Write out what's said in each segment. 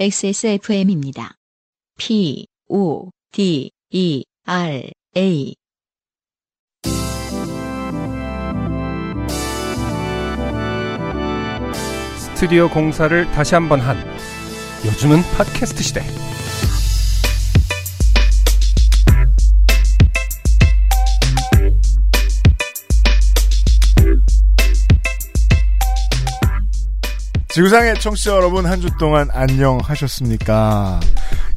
XSFM입니다. P, O, D, E, R, A. 스튜디오 공사를 다시 한 번 한 요즘은 팟캐스트 시대 지구상의 청취자 여러분 한 주 동안 안녕하셨습니까?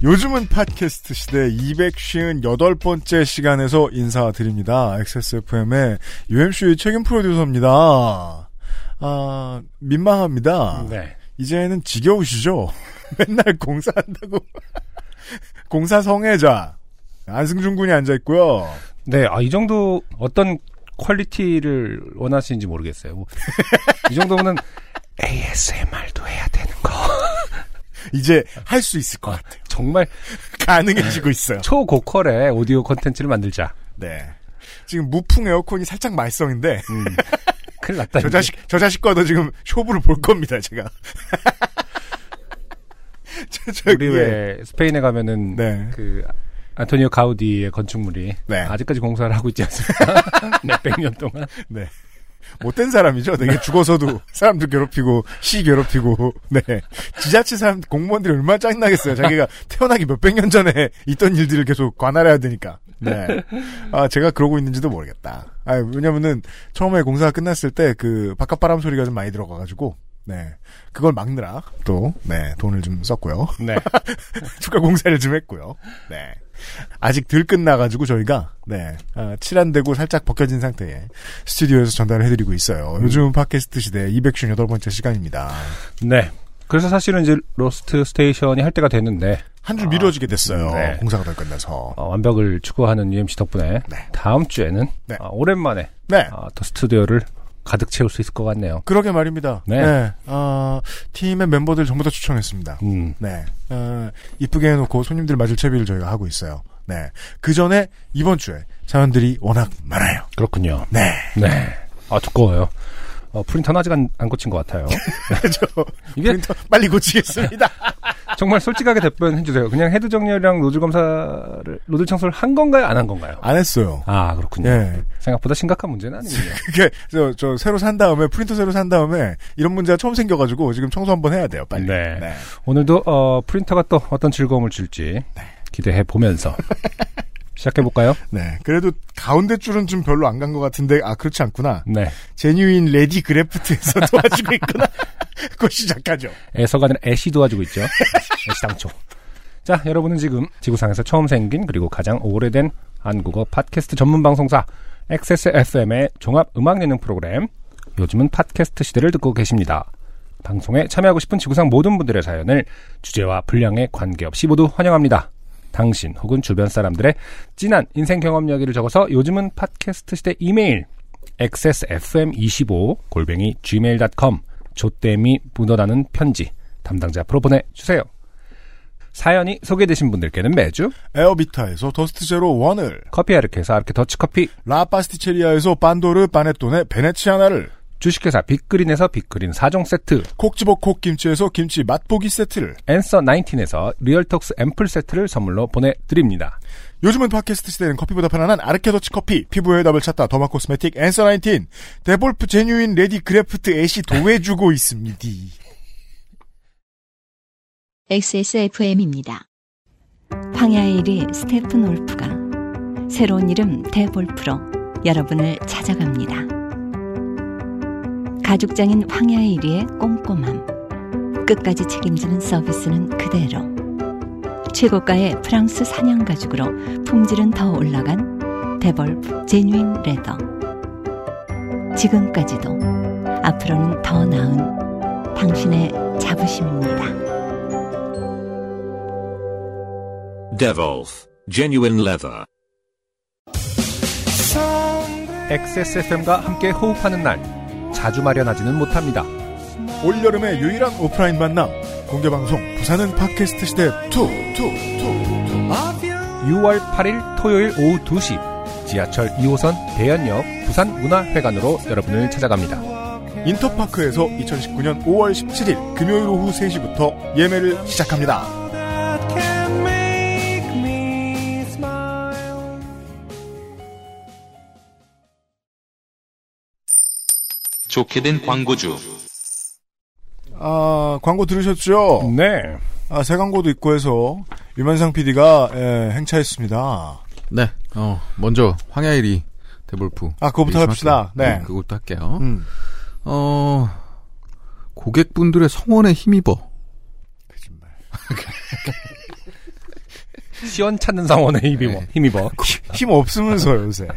요즘은 팟캐스트 시대 258번째 시간에서 인사드립니다. XSFM의 UMC의 책임 프로듀서입니다. 아, 민망합니다. 네. 이제는 지겨우시죠? 맨날 공사한다고. 공사 성애자. 안승준 군이 앉아있고요. 네, 아, 이 정도 어떤 퀄리티를 원하시는지 모르겠어요. 뭐, 이 정도면은 ASMR도 해야 되는 거. 이제 할 수 있을 것 같아요. 정말 가능해지고 있어요. 초고퀄의 오디오 컨텐츠를 만들자. 네. 지금 무풍 에어컨이 살짝 말썽인데. 큰일 났다. 저 이제. 자식, 저 자식 과도 지금 쇼부를 볼 겁니다, 제가. 저, 저, 우리 예. 왜 스페인에 가면은 네. 그 안토니오 가우디의 건축물이 네. 아직까지 공사를 하고 있지 않습니까? 몇백 년 동안. 네. 못된 사람이죠. 되게 죽어서도 사람들 괴롭히고, 시 괴롭히고, 네. 지자체 사람, 공무원들이 얼마나 짜증나겠어요. 자기가 태어나기 몇백 년 전에 있던 일들을 계속 관할해야 되니까. 네. 아, 제가 그러고 있는지도 모르겠다. 아, 왜냐면은, 처음에 공사가 끝났을 때, 그, 바깥 바람 소리가 좀 많이 들어가가지고, 네. 그걸 막느라, 또, 네. 돈을 좀 썼고요. 네. 축가 공사를 좀 했고요. 네. 아직 덜 끝나가지고 저희가 네 아, 칠한되고 살짝 벗겨진 상태에 스튜디오에서 전달을 해드리고 있어요. 음. 요즘 팟캐스트 시대 258번째 시간입니다. 네. 그래서 사실은 이제 로스트 스테이션이 할 때가 됐는데 한 줄 미뤄지게 됐어요. 아, 네. 공사가 다 끝나서. 어, 완벽을 추구하는 UMC 덕분에 네. 다음 주에는 네. 아, 오랜만에 네. 아, 더 스튜디오를 가득 채울 수 있을 것 같네요. 그러게 말입니다. 네. 아, 팀의 멤버들 전부 다 추천했습니다. 음. 네. 어, 이쁘게 해놓고 손님들 맞을 채비를 저희가 하고 있어요. 네. 그 전에 이번 주에 사연들이 워낙 많아요. 그렇군요. 네. 네. 아 두꺼워요. 어, 프린터는 아직 안, 안 고친 것 같아요. 저 이게 프린터 빨리 고치겠습니다. 정말 솔직하게 답변해 주세요. 그냥 헤드 정렬이랑 노즐 검사를 노즐 청소를 한 건가요, 안 한 건가요? 안 했어요. 아 그렇군요. 예. 생각보다 심각한 문제는 아니군요. 그게 저, 저 새로 산 다음에 프린터 새로 산 다음에 이런 문제가 처음 생겨가지고 지금 청소 한번 해야 돼요 빨리. 네. 오늘도 어, 프린터가 또 어떤 즐거움을 줄지 기대해 보면서 시작해 볼까요? 네. 그래도 가운데 줄은 좀 별로 안 간 것 같은데 아 그렇지 않구나. 네. 제뉴인 레디 그래프트에서 도와주고 있구나. 곧 시작하죠. 애서가 아니라 애시 도와주고 있죠. 애시 당초. 자, 여러분은 지금 지구상에서 처음 생긴 그리고 가장 오래된 한국어 팟캐스트 전문 방송사 XSFM의 종합 음악 예능 프로그램 요즘은 팟캐스트 시대를 듣고 계십니다. 방송에 참여하고 싶은 지구상 모든 분들의 사연을 주제와 분량에 관계없이 모두 환영합니다. 당신 혹은 주변 사람들의 진한 인생 경험 이야기를 적어서 요즘은 팟캐스트 시대 이메일 xsfm25 골뱅이 gmail.com 조땜이 묻어나는 편지 담당자 앞으로 보내주세요. 사연이 소개되신 분들께는 매주 에어비타에서 더스트 제로 원을 커피 아르케에서 아르케 더치커피 라파스티체리아에서 반도르 바네톤의 베네치아나를 주식회사 빅그린에서 빅그린 4종 세트 콕지버 콕김치에서 김치 맛보기 세트를 앤서 19에서 리얼톡스 앰플 세트를 선물로 보내드립니다. 요즘은 팟캐스트 시대는 커피보다 편안한 아르케더치 커피, 피부의 답을 찾다 더마 코스메틱 앤서 19, 데볼프 제뉴인 레디 그래프트 애시 도와주고 있습니다. XSFM입니다. 황야의 1위 스테픈 올프가 새로운 이름 대볼프로 여러분을 찾아갑니다. 가죽장인 황야의 1위의 꼼꼼함. 끝까지 책임지는 서비스는 그대로. 최고가의 프랑스 사냥 가죽으로 품질은 더 올라간 데볼프 제뉴인 레더. 지금까지도 앞으로는 더 나은 당신의 자부심입니다. Devolf, genuine leather. XSFM과 함께 호흡하는 날 자주 마련하지는 못합니다. 올여름의 유일한 오프라인 만남, 공개방송 부산은 팟캐스트 시대 2, 2, 2. 6월 8일 토요일 오후 2시 지하철 2호선 대연역 부산문화회관으로 여러분을 찾아갑니다. 인터파크에서 2019년 5월 17일 금요일 오후 3시부터 예매를 시작합니다. 좋게 된 광고주. 아, 광고 들으셨죠? 네. 아, 새 광고도 있고 해서 유면상 PD가 예, 행차했습니다. 네. 어, 먼저 황야일이 대볼프. 아, 그거부터 합시다. 네. 그것도 할게요. 음. 어, 고객분들의 성원에 힘입어. 거짓말. 시원찮은 상원에 힘입어. 힘입어. 힘 없으면서 요새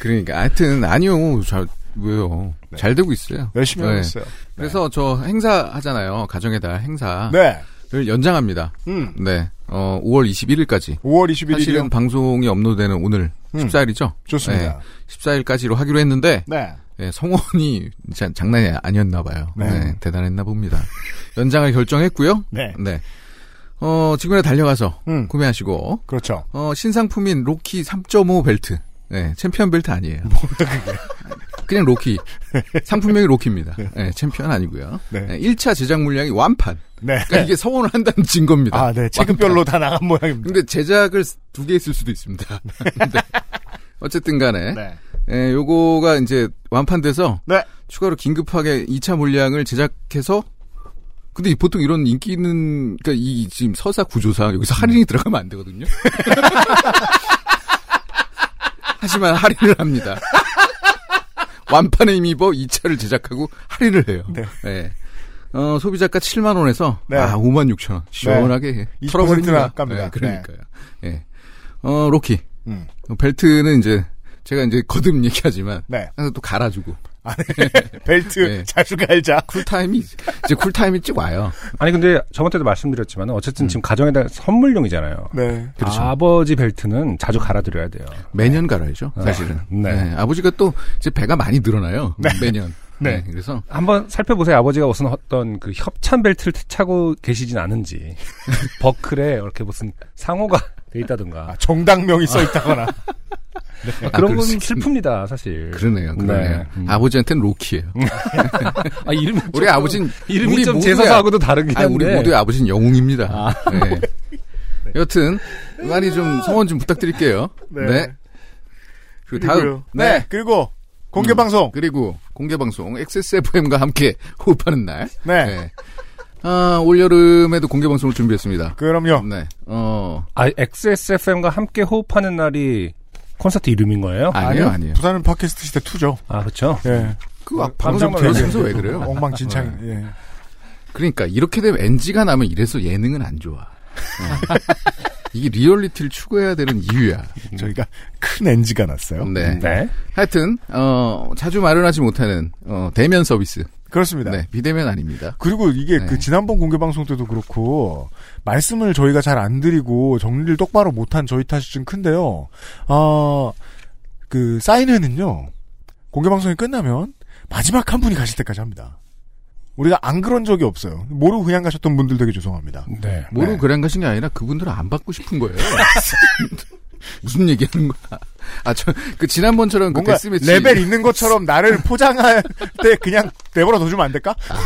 그러니까 하여튼 아니요. 잘 왜요? 잘 되고 있어요. 네. 열심히 하고 네. 있어요. 그래서 저 행사 하잖아요. 가정의 달 행사를 네. 연장합니다. 음. 네. 어, 5월 21일까지. 5월 21일이요. 사실은 방송이 업로드되는 오늘 음. 14일이죠. 좋습니다. 14일까지로 하기로 했는데 네. 예, 성원이 진짜 장난이 아니었나 봐요. 네. 네, 대단했나 봅니다. 연장을 결정했고요. 네. 네. 어, 지금이라 달려가서 음. 구매하시고, 그렇죠. 어, 신상품인 로키 3.5 벨트. 네, 챔피언 벨트 아니에요. 뭐 그냥 로키. 상품명이 로키입니다. 네, 챔피언 아니고요. 네. 1차 제작 물량이 완판. 네. 그러니까 이게 성원을 한다는 증거입니다. 아, 네. 체급별로 다 나간 모양입니다. 근데 제작을 두 개 있을 수도 있습니다. 근데 어쨌든 간에, 네. 예, 요거가 이제 완판돼서 네. 추가로 긴급하게 2차 물량을 제작해서 근데 이- 보통 이런 인기 있는 그러니까 이 지금 서사 구조상 여기서 음. 할인이 들어가면 안 되거든요. 하지만 할인을 합니다. 완판에 힘입어 2차를 제작하고 할인을 해요. 네. 예. 어, 소비자가 7만 원에서 네. 아 5만 6천 원 시원하게 예. 네. 20%나 털어버립니다. 깝니다. 네. 예, 그러니까요. 예. 어 로키 어, 음. 벨트는 이제 제가 이제 거듭 얘기하지만 네. 항상 또 갈아주고 벨트 네. 자주 갈자. 쿨타임이 이제 쿨타임이 쭉 와요. 아니 근데 저번에도 말씀드렸지만 어쨌든 지금 가정에 대한 선물용이잖아요. 네. 그렇죠. 아버지 벨트는 자주 갈아드려야 돼요. 매년 갈아야죠, 사실은. 네. 아버지가 또 이제 배가 많이 늘어나요. 매년. 네. 그래서 한번 살펴보세요. 아버지가 무슨 어떤 그 협찬 벨트를 차고 계시진 않은지 버클에 이렇게 무슨 상호가 돼 있다든가 아, 정당명이 써 있다거나. 네. 아, 그런 건 그렇습니다. 슬픕니다 사실. 그러네요, 그러네요. 네. 음. 아버지한테는 로키예요. 아, 이름이 우리 좀- 아버진 이름이 우리 좀 모두야- 제사사하고도 다르긴 아, 한데 우리 모두 아버지는 영웅입니다. 네. 여튼 많이 좀 성원 좀 부탁드릴게요. 네. 네. 그리고 다음 음. 그리고요. 네. 그리고 공개 방송. 그리고 공개 방송 XSFM과 함께 호흡하는 날. 네. 아, 올 여름에도 공개 방송을 준비했습니다. 그럼요. 네. 어, 아, XSFM과 함께 호흡하는 날이 콘서트 이름인 거예요? 아, 아니요, 아니요. 부산은 팟캐스트 시대 2죠. 그렇죠. 예. 그 어, 방송 깜짝 들으면서 왜 그래요? 네. 엉망진창. 예. 그러니까 이렇게 되면 NG가 나면 이래서 예능은 안 좋아. 네. 이게 리얼리티를 추구해야 되는 이유야. 예. 저희가 큰 NG가 났어요. 네. 네. 하여튼 어, 자주 마련하지 못하는 어, 대면 서비스. 그렇습니다. 네, 비대면 아닙니다. 그리고 이게 네. 그 지난번 공개 방송 때도 그렇고 말씀을 저희가 잘 안 드리고 정리를 똑바로 못한 저희 탓이 좀 큰데요. 아, 그 사인회는요. 공개 방송이 끝나면 마지막 한 분이 가실 때까지 합니다. 우리가 안 그런 적이 없어요. 모르고 그냥 가셨던 분들 되게 죄송합니다. 네. 모르고 네. 그런 것인 게 아니라 그분들은 안 받고 싶은 거예요. 무슨 얘기하는 거야? 아, 저 그 지난번처럼 그 뭔가 데스매치 레벨 있는 것처럼 나를 포장할 때 그냥 내버려 둬주면 안 될까? 음.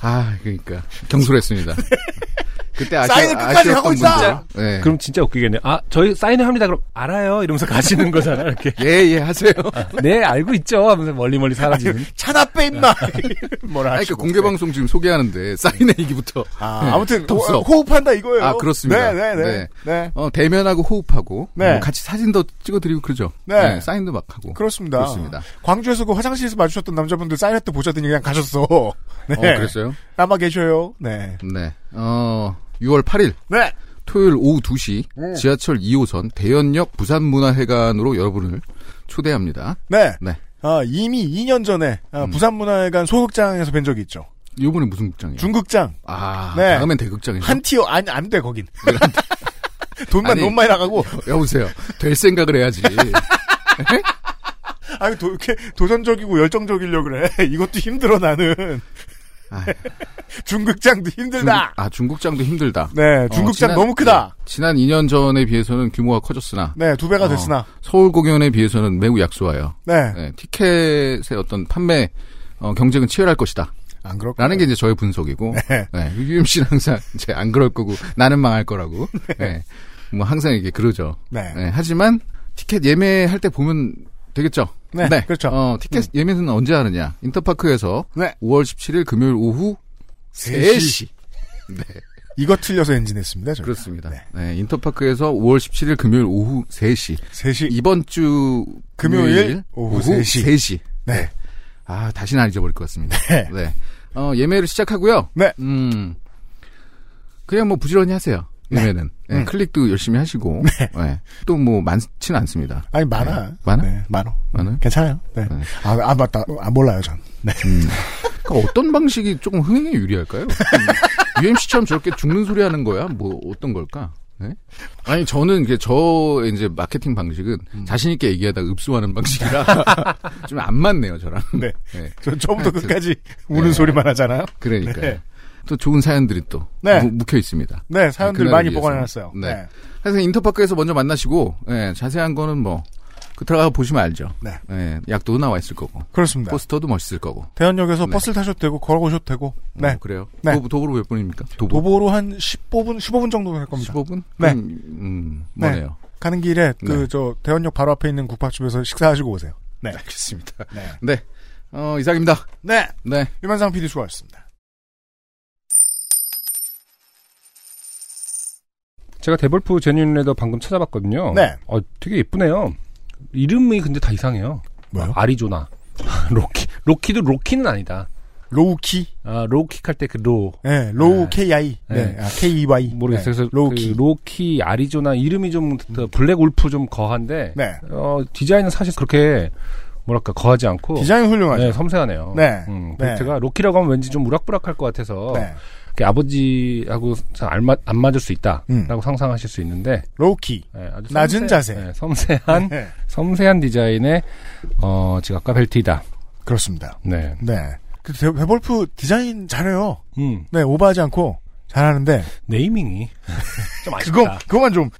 아, 그러니까 경솔했습니다. 그때 아쉬, 사인을 끝까지 아쉬웠던 하고 있다! 분들. 네. 그럼 진짜 웃기겠네요. 아, 저희 사인을 합니다. 그럼 알아요. 이러면서 가시는 거잖아요. 이렇게. 예, 예, 하세요. 네, 알고 있죠. 하면서 멀리멀리 사라지는. 차나 빼 임마 뭐라 아. 아니, 그 하시고. 네. 공개 방송 지금 소개하는데 사인의 얘기부터. 네. 아, 아무튼 호- 덥어. 호흡한다 이거예요. 아, 네, 그렇습니다. 네, 네. 네. 네. 어, 대면하고 호흡하고 네. 뭐 같이 사진도 찍어드리고 그러죠. 네. 사인도 막 하고. 그렇습니다. 그렇습니다. 광주에서 그 화장실에서 마주쳤던 남자분들 사이렛트 보자더니 그냥 가셨어. 네. 어, 그랬어요. 남아 계셔요. 네. 네. 어, 6월 8일 네. 토요일 오후 2시 음. 지하철 2호선 대연역 부산문화회관으로 여러분을 초대합니다. 네. 네. 아, 이미 2년 전에 음. 아, 부산문화회관 소극장에서 뵌 적이 있죠. 요번에 무슨 극장이에요? 중극장. 아, 네. 다음엔 대극장이죠. 한 티어 안 안 돼 거긴. 돈만 아니. 너무 많이 나가고 여보세요. 될 생각을 해야지. 아 도, 이렇게 도전적이고 열정적이려고 그래. 이것도 힘들어 나는. 아, 중극장도 중국, 힘들다. 아, 중국장도 힘들다. 네, 중극장 어, 지난- 너무 크다. 네, 지난 2년 전에 비해서는 규모가 커졌으나 네, 두 배가 어. 됐으나. 서울 공연에 비해서는 매우 약소해요. 네. 네, 티켓의 어떤 판매 어, 경쟁은 치열할 것이다. 안 그렇고. 라는 게 이제 저의 분석이고, 네. 네, 유임 씨는 항상 이제 안 그럴 거고, 나는 망할 거라고, 네, 뭐 항상 이게 그러죠. 네. 네, 하지만 티켓 예매할 때 보면 되겠죠. 네, 그렇죠. 어, 티켓 예매는 언제 하느냐? 인터파크에서 네. 5월 17일 금요일 오후 3시. 네. 이거 틀려서 엔진했습니다. 저희. 그렇습니다. 네. 네. 인터파크에서 5월 17일 금요일 오후 3시. 3시. 이번 주 금요일 오후 3시. 3시. 네. 아, 다시는 안 잊어버릴 것 같습니다. 네. 어, 예매를 시작하고요. 네. 음. 그냥 뭐 부지런히 하세요. 예매는. 네, 음. 클릭도 열심히 하시고. 네. 또 뭐 많지는 않습니다. 아니, 많아. 네. 많아? 네, 많어. 많아요? 괜찮아요. 네. 네. 아, 아, 맞다. 아, 몰라요, 전. 네. 그러니까 어떤 방식이 조금 흥행에 유리할까요? 음, UMC처럼 저렇게 죽는 소리 하는 거야? 뭐 어떤 걸까? 네? 아니 저는 이게 저의 이제 마케팅 방식은 자신 있게 얘기하다 읍소하는 방식이라 좀 안 맞네요 저랑. 네. 네. 전 처음부터 하여튼. 끝까지 우는 네. 소리만 하잖아요. 그러니까요. 네. 또 좋은 사연들이 또 네. 묵- 묵혀 있습니다. 네, 사연들 그날을 많이 위해서. 보관해놨어요. 네. 하여튼 인터파크에서 먼저 만나시고 예, 자세한 거는 뭐 그 들어가 보시면 알죠. 네. 예, 약도 나와 있을 거고 그렇습니다. 포스터도 멋있을 거고. 대한역에서 네. 버스를 타셔도 되고, 걸어오셔도 되고, 네. 어, 그래요. 네. 도보, 도보로 몇 분입니까? 도보. 도보로 한 15분, 15분 정도 갈 겁니다. 15분? 네. 음, 음, 네. 뭐네요. 가는 길에, 그, 네. 저, 대원역 바로 앞에 있는 국밥집에서 식사하시고 오세요. 네. 알겠습니다. 네. 네. 어, 이상입니다. 네. 네. 유면상 PD 수고하셨습니다. 제가 데볼프 제뉴인 레더 방금 찾아봤거든요. 네. 어, 되게 예쁘네요. 이름이 근데 다 이상해요. 뭐요? 아, 아리조나. 로키. 로키도 로키는 아니다. 로우키. 아, 로킥 할 때 그 로. 네, 로우 네. KI. 네, 네. 아, KEY. 모르겠어요. 네, 그래서 로우키. 음. 그 로키 아리조나 이름이 좀 더 블랙 울프 좀 거한데 네. 어, 디자인은 사실 그렇게 뭐랄까 거하지 않고 디자인 훌륭하죠. 네, 섬세하네요. 네. 음, 네. 벨트가 로키라고 하면 왠지 좀 우락부락할 것 같아서 네. 그 아버지하고 잘 안, 맞, 안 맞을 수 있다라고 음. 상상하실 수 있는데 로우키. 네, 아주 낮은 섬세- 자세. 네, 섬세한 네. 섬세한 디자인의 어, 지갑과 벨트이다. 그렇습니다. 네. 네. 그 데- 데볼프 디자인 잘해요. 음, 네, 오버하지 않고 잘하는데 네이밍이 좀 아쉽다. 그거 그거만 좀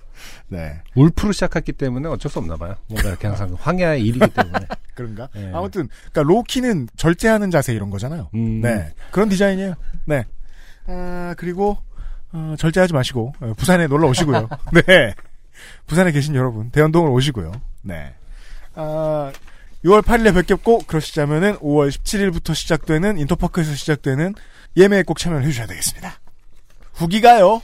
네. 울프로 시작했기 때문에 어쩔 수 없나 봐요. 뭔가 이렇게 항상 그 황야의 일이기 때문에. 그런가? 네. 아무튼 그러니까 로우키는 절제하는 자세 이런 거잖아요. 음. 네. 그런 디자인이에요. 네. 아, 그리고 어, 절제하지 마시고 어, 부산에 놀러 오시고요. 네. 부산에 계신 여러분 대연동을 오시고요. 네. 아, 6월 8일에 뵙겠고 그러시자면은 5월 17일부터 시작되는 인터파크에서 시작되는 예매에 꼭 참여를 해주셔야 되겠습니다. 후기가요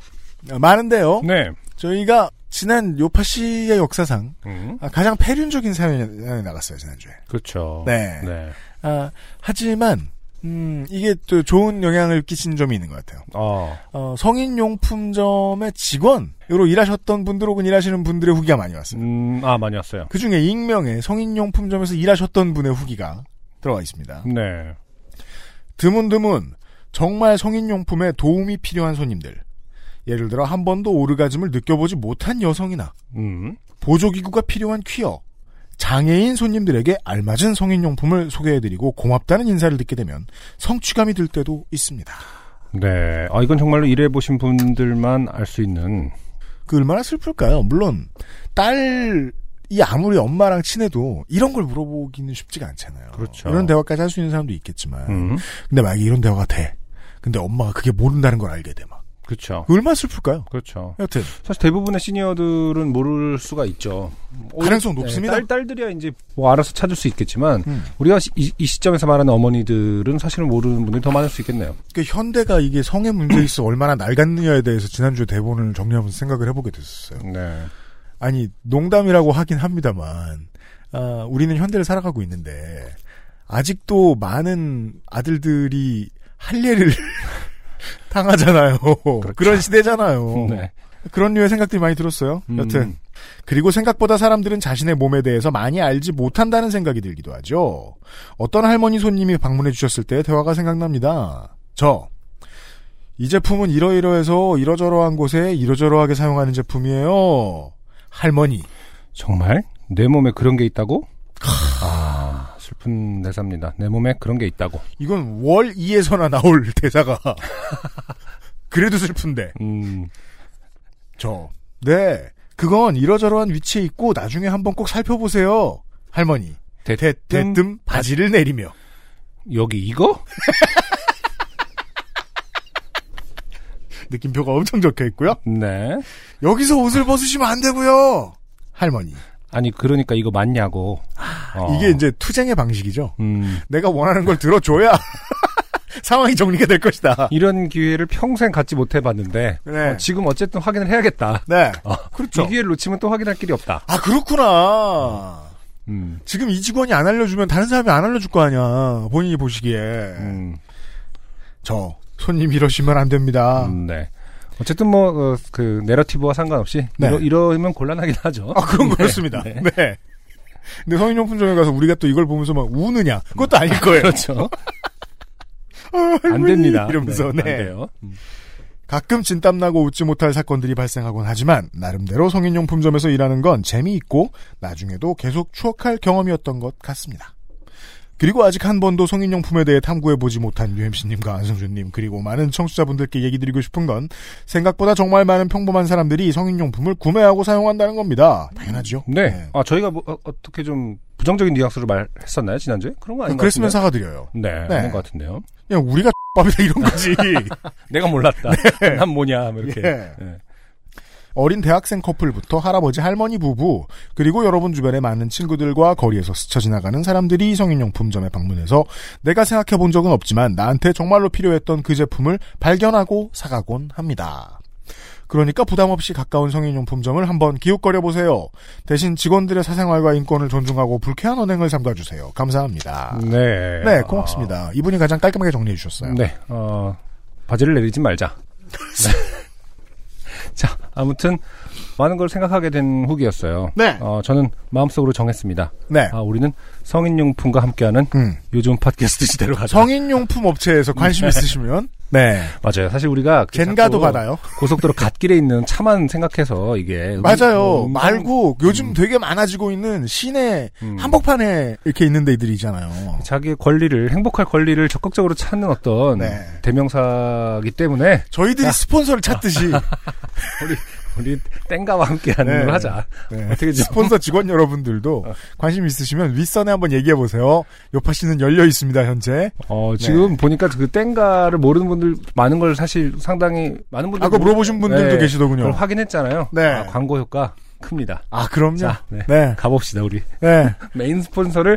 어, 많은데요. 네. 저희가 지난 요파 씨의 역사상 음, 아, 가장 패륜적인 사연이 나갔어요 지난주에. 그렇죠. 네. 네. 아, 하지만 음, 이게 또 좋은 영향을 끼친 점이 있는 것 같아요. 어, 어, 성인용품점의 직원으로 일하셨던 분들 혹은 일하시는 분들의 후기가 많이 왔습니다. 음, 아, 많이 왔어요. 그 중에 익명의 성인용품점에서 일하셨던 분의 후기가 들어와 있습니다. 네. 드문드문 정말 성인용품에 도움이 필요한 손님들. 예를 들어 한 번도 오르가즘을 느껴보지 못한 여성이나 음, 보조기구가 필요한 퀴어, 장애인 손님들에게 알맞은 성인용품을 소개해드리고 고맙다는 인사를 듣게 되면 성취감이 들 때도 있습니다. 네. 아, 이건 정말로 일해보신 분들만 알 수 있는, 그 얼마나 슬플까요? 물론 딸이 아무리 엄마랑 친해도 이런 걸 물어보기는 쉽지가 않잖아요. 그렇죠. 이런 대화까지 할 수 있는 사람도 있겠지만, 음, 근데 만약에 이런 대화가 돼, 근데 엄마가 그게 모른다는 걸 알게 돼 막. 그렇죠. 얼마나 슬플까요? 그렇죠. 여튼 사실 대부분의 시니어들은 모를 수가 있죠. 네, 가능성 높습니다. 딸, 딸들이야 이제 뭐 알아서 찾을 수 있겠지만, 음. 우리가 시- 이, 이 시점에서 말하는 어머니들은 사실은 모르는 분들이 더 많을 수 있겠네요. 그 현대가 이게 성의 문제에 있어 얼마나 낡았느냐에 대해서 지난주에 대본을 정리하면서 생각을 해보게 됐었어요. 네. 아니 농담이라고 하긴 합니다만 아, 우리는 현대를 살아가고 있는데 아직도 많은 아들들이 할례를 당하잖아요. 그런 시대잖아요. 네. 그런 류의 생각들이 많이 들었어요. 음. 여튼 그리고 생각보다 사람들은 자신의 몸에 대해서 많이 알지 못한다는 생각이 들기도 하죠. 어떤 할머니 손님이 방문해 주셨을 때 대화가 생각납니다. 저. 이 제품은 이러이러해서 이러저러한 곳에 이러저러하게 사용하는 제품이에요. 할머니. 정말? 내 몸에 그런 게 있다고? 아, 슬픈 대사입니다. 내 몸에 그런 게 있다고. 이건 월 2에서나 나올 대사가. 그래도 슬픈데. 음, 저. 네. 그건 이러저러한 위치에 있고 나중에 한번 꼭 살펴보세요. 할머니. 대, 대, 대뜸 바지를 내리며. 여기 이거? 느낌표가 엄청 적혀 있고요. 네. 여기서 옷을 벗으시면 안 되고요. 할머니. 아니 그러니까 이거 맞냐고. 어. 아, 이게 이제 투쟁의 방식이죠. 음, 내가 원하는 걸 들어줘야 상황이 정리가 될 것이다. 이런 기회를 평생 갖지 못해봤는데 네. 어, 지금 어쨌든 확인을 해야겠다. 네. 어, 그렇죠. 이 기회를 놓치면 또 확인할 길이 없다. 아, 그렇구나. 음, 지금 이 직원이 안 알려주면 다른 사람이 안 알려줄 거 아니야. 본인이 보시기에. 음, 저, 손님 이러시면 안 됩니다. 음, 네. 어쨌든 뭐 그 내러티브와 상관없이 네. 이러, 이러면 곤란하긴 하죠. 아, 그건 그렇습니다. 네. 근데 성인용품점에 가서 우리가 또 이걸 보면서 막 우느냐. 그것도 아닐 거예요. 그렇죠. 아, 안 할머니! 됩니다. 이러면서, 네, 네. 안 돼요. 음. 가끔 진땀나고 웃지 못할 사건들이 발생하곤 하지만 나름대로 성인용품점에서 일하는 건 재미있고 나중에도 계속 추억할 경험이었던 것 같습니다. 그리고 아직 한 번도 성인용품에 대해 탐구해보지 못한 UMC님과 안승준님 그리고 많은 청취자분들께 얘기 드리고 싶은 건 생각보다 정말 많은 평범한 사람들이 성인용품을 구매하고 사용한다는 겁니다. 당연하죠. 네. 아 저희가 뭐, 어, 어떻게 좀 부정적인 뉘앙스로 말했었나요 지난주에? 그런 거 아닌 것 그랬으면 같은데요. 사과드려요. 네, 네. 아닌 것 같은데요. 그냥 우리가 밥이다 이런 거지. 내가 몰랐다. 네. 난 뭐냐 뭐 이렇게. 예. 네. 어린 대학생 커플부터 할아버지 할머니 부부 그리고 여러분 주변의 많은 친구들과 거리에서 스쳐 지나가는 사람들이 성인용품점에 방문해서 내가 생각해 본 적은 없지만 나한테 정말로 필요했던 그 제품을 발견하고 사가곤 합니다. 그러니까 부담 없이 가까운 성인용품점을 한번 기웃거려 보세요. 대신 직원들의 사생활과 인권을 존중하고 불쾌한 언행을 삼가 주세요. 감사합니다. 네. 네, 고맙습니다. 이분이 가장 깔끔하게 정리해 주셨어요. 네, 어, 바지를 내리지 말자. 네. 자, 아무튼 많은 걸 생각하게 된 후기였어요. 네. 어, 저는 마음속으로 정했습니다. 네. 아, 우리는 성인용품과 함께하는 음. 요즘 팟캐스트 시대로 가자. 성인용품 업체에서 관심 있으시면 네. 맞아요. 사실 우리가 그 자꾸 젠가도 받아요. 고속도로 갓길에 있는 차만 생각해서 이게 맞아요. 음, 말고 요즘 되게 많아지고 있는 시내 음. 한복판에 이렇게 있는 데들이 있잖아요. 자기의 권리를 행복할 권리를 적극적으로 찾는 어떤 네. 대명사기 때문에 저희들이 스폰서를 찾듯이 아, 우리 땡가와 함께하는 네. 걸 하자. 네. 어떻게 아. 좀 스폰서 직원 여러분들도 관심 있으시면 윗선에 한번 얘기해 보세요. 요파 씨는 열려 있습니다 현재. 어, 네. 지금 보니까 그 땡가를 모르는 분들 많은 걸 사실 상당히 많은 분들 아까 물어보신 분들도 네. 그걸 계시더군요. 확인했잖아요. 네. 아, 광고 효과 큽니다. 아 그럼요. 자, 네. 네, 가봅시다 우리 네. 메인 스폰서를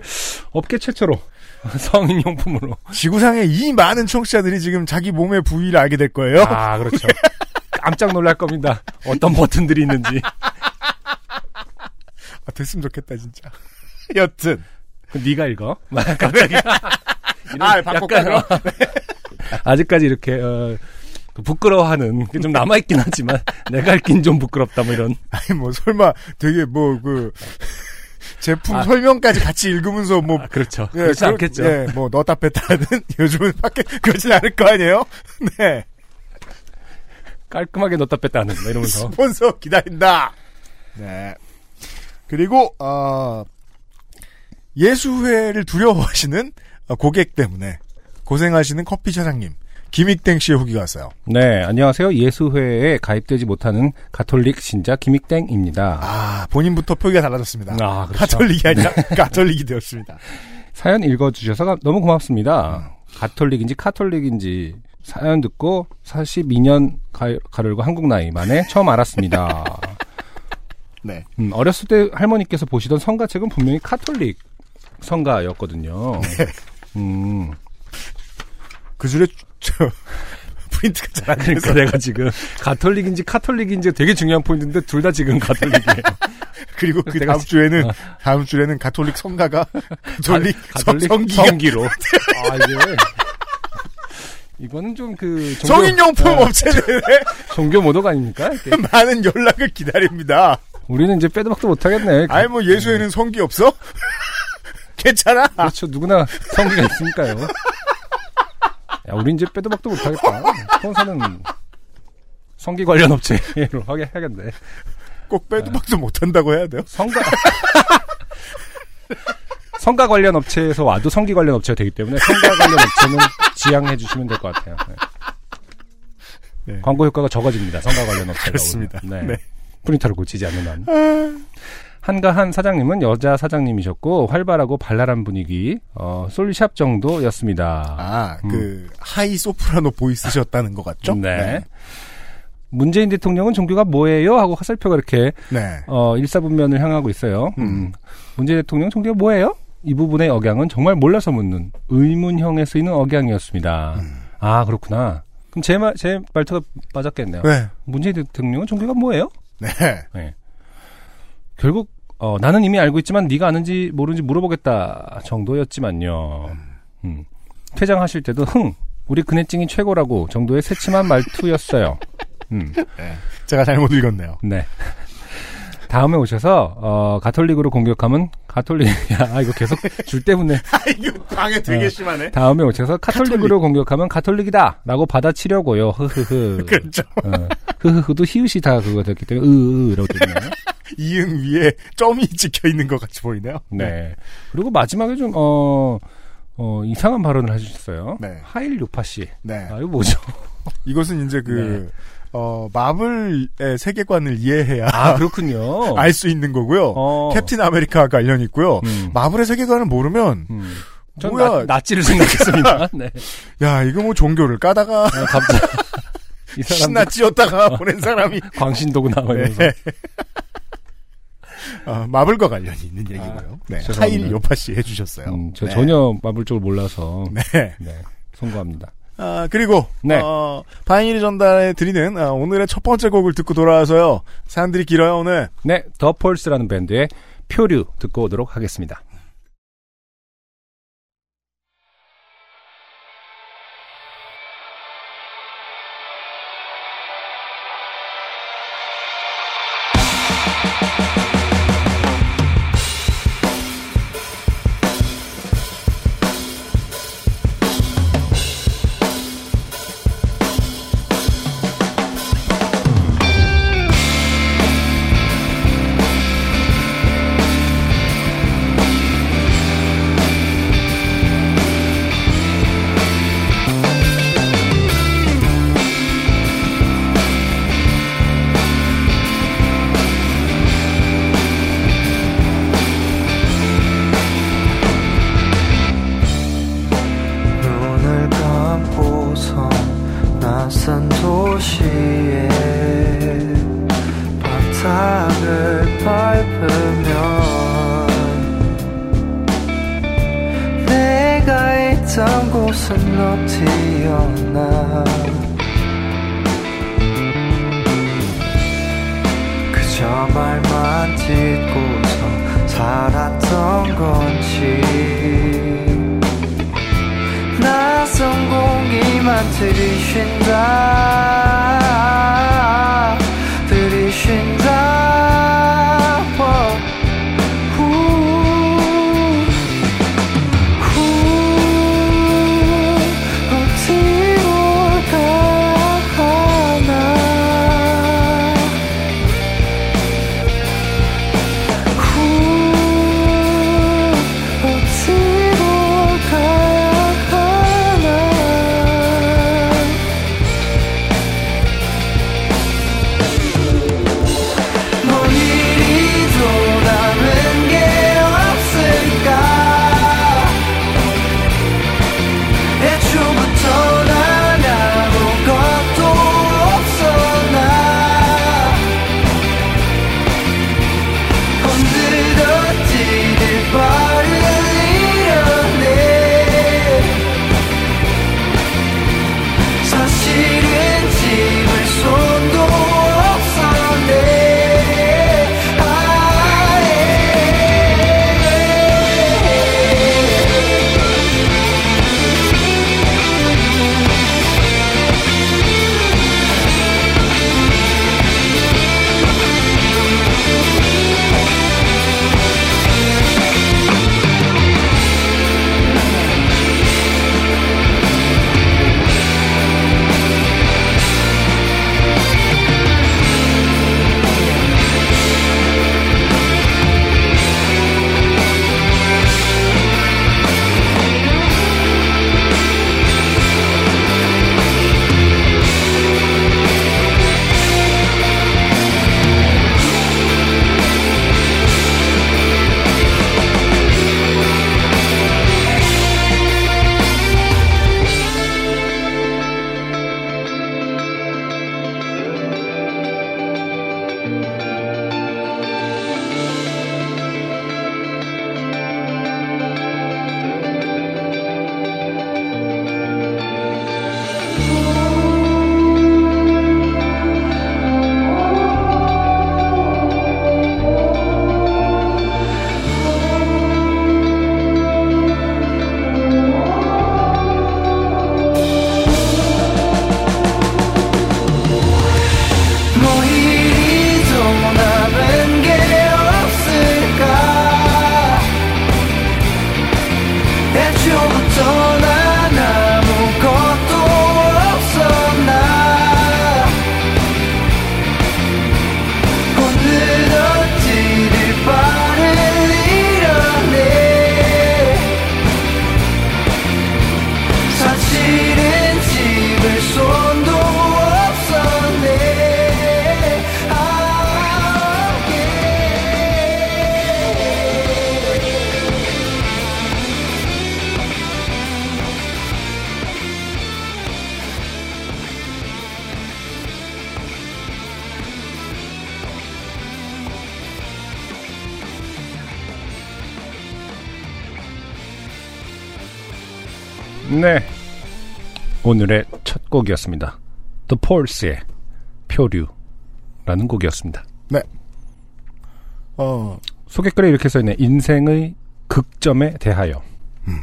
업계 최초로 성인용품으로. 지구상에 이 많은 청취자들이 지금 자기 몸의 부위를 알게 될 거예요. 아 그렇죠. 깜짝 놀랄 겁니다. 어떤 버튼들이 있는지. 아, 됐으면 좋겠다 진짜. 여튼 그 네가 읽어. 막 갑자기. 이런 아, 바꿔가지고. 어, 아직까지 이렇게 어, 그 부끄러워하는 게 좀 남아 있긴 하지만 내가 읽긴 좀 부끄럽다 뭐 이런. 아니 뭐 설마 되게 뭐 그 제품 아. 설명까지 같이 읽으면서 뭐 아, 그렇죠. 예, 그렇지 그러- 않겠죠. 예, 뭐 넣었다 뺐다는 요즘은 밖에 그러진 않을 거 아니에요. 네, 깔끔하게 넣었다 뺐다 하는 뭐 이러면서. 스폰서 기다린다. 네. 그리고 어, 예수회를 두려워하시는 어, 고객 때문에 고생하시는 커피 사장님 김익땡 씨의 후기가 왔어요. 네, 안녕하세요. 예수회에 가입되지 못하는 가톨릭 신자 김익땡입니다. 아 본인부터 표기가 달라졌습니다. 아, 그렇죠. 가톨릭이 아니라 가톨릭이 되었습니다. 사연 읽어주셔서 가- 너무 고맙습니다. 가톨릭인지 카톨릭인지 사연 듣고 42년 가, 가를고 한국 나이 만에 처음 알았습니다. 네. 음, 어렸을 때 할머니께서 보시던 성가책은 분명히 카톨릭 성가였거든요. 음, 그 줄에 저 프린트가 잘안 그러니까 내가 지금 가톨릭인지 카톨릭인지 되게 중요한 포인트인데 둘 다 지금 가톨릭이에요. 그리고 그 내가 어. 다음 주에는 다음 주에는 가톨릭 성가가 가톨릭, 가톨릭 성, 기가 아, 성기로. 아 이게 이거는 좀 그 성인용품 업체들의 종교 모독 아닙니까? 이렇게. 많은 연락을 기다립니다. 우리는 이제 빼도 박도 못 하겠네. 아니 뭐 예수에는 성기 없어? 괜찮아. 그렇죠. 누구나 성기가 있으니까요. 야, 우리 이제 빼도 박도 못 하겠다. 혼사는 성기 관련 업체로 하게 해야겠네. 꼭 네. 빼도 박도 못한다고 해야 돼요. 성가 성가 관련 업체에서 와도 성기 관련 업체가 되기 때문에 성가 관련 업체는 지양해 주시면 될 것 같아요. 네. 네. 광고 효과가 네. 적어집니다. 성가 관련 업체가 그렇습니다. 오면. 네. 네. 프린터를 고치지 않는 한. 한가한 사장님은 여자 사장님이셨고 활발하고 발랄한 분위기 어, 솔리샵 정도였습니다. 아, 그 하이 소프라노 보이스셨다는 것 같죠? 음. 네. 문재인 대통령은 종교가 뭐예요? 하고 화살표가 이렇게 네. 어, 일사분면을 향하고 있어요. 음. 음. 문재인 대통령 종교가 뭐예요? 이 부분의 억양은 정말 몰라서 묻는 의문형에 쓰이는 억양이었습니다. 아 그렇구나. 그럼 제 말 제 말투가 맞았겠네요. 네. 문재인 대통령은 종교가 뭐예요? 네. 네. 결국 어, 나는 이미 알고 있지만 네가 아는지 모르는지 물어보겠다 정도였지만요. 음. 퇴장하실 때도 흥 우리 그네찡이 최고라고 정도의 새침한 말투였어요. 음. 제가 잘못 읽었네요. 네. 다음에 오셔서 어, 가톨릭으로 공격하면 가톨릭 야 아, 이거 계속 줄 때문에 아, 이거 방해 되게 어. 심하네. 다음에 오셔서 카톨릭으로 공격하면 가톨릭이다라고 받아치려고요. 흐흐흐. 그렇죠. 어, 흐흐흐도 히읗이 다 그거 됐기 때문에 으으으라고 되네요. 이응 위에 점이 찍혀 있는 것 같이 보이네요. 네. 그리고 마지막에 좀, 어, 어, 이상한 발언을 하셨어요. 네. 하일 요파 씨. 네. 아, 이거 뭐죠? 이것은 이제 네. 그, 어, 마블의 세계관을 이해해야 아, 그렇군요. 알 수 있는 거고요. 어. 캡틴 아메리카와 관련 있고요. 음. 마블의 세계관을 모르면, 음. 전 뭐야. 나- 낫지를 생각했습니다. 네. 야, 이거 뭐 종교를 까다가 아, 갑자기. 이 사람 신나 찌었다가 보낸 사람이 광신도구나. 막뭐 이러면서. 네. 아, 마블과 관련이 있는 얘기고요. 네. 죄송합니다. 하일 요파 씨 해주셨어요. 음, 저 네. 전혀 마블 쪽을 몰라서. 네. 네. 송구합니다. 아, 그리고 네. 어, 바인일이 전달해 드리는 아, 오늘의 첫 번째 곡을 듣고 돌아와서요. 사람들이 길어요 오늘. 네. 더 폴스라는 밴드의 표류 듣고 오도록 하겠습니다. 눈을 감고서 낯선 도시에 바닥을 밟으면 내가 있던 곳은 어디였나 그저 말만 짓고서 살았던 건지 낯선 공기만 들이쉰다 들이쉰다 워, 후, 후, 어디로 가나 후 어디로 가야 하나 뭐 네. 네. 오늘의 첫 곡이었습니다. The Pulse의 표류라는 곡이었습니다. 어, 소개글에 이렇게 써있네. 인생의 극점에 대하여. 음.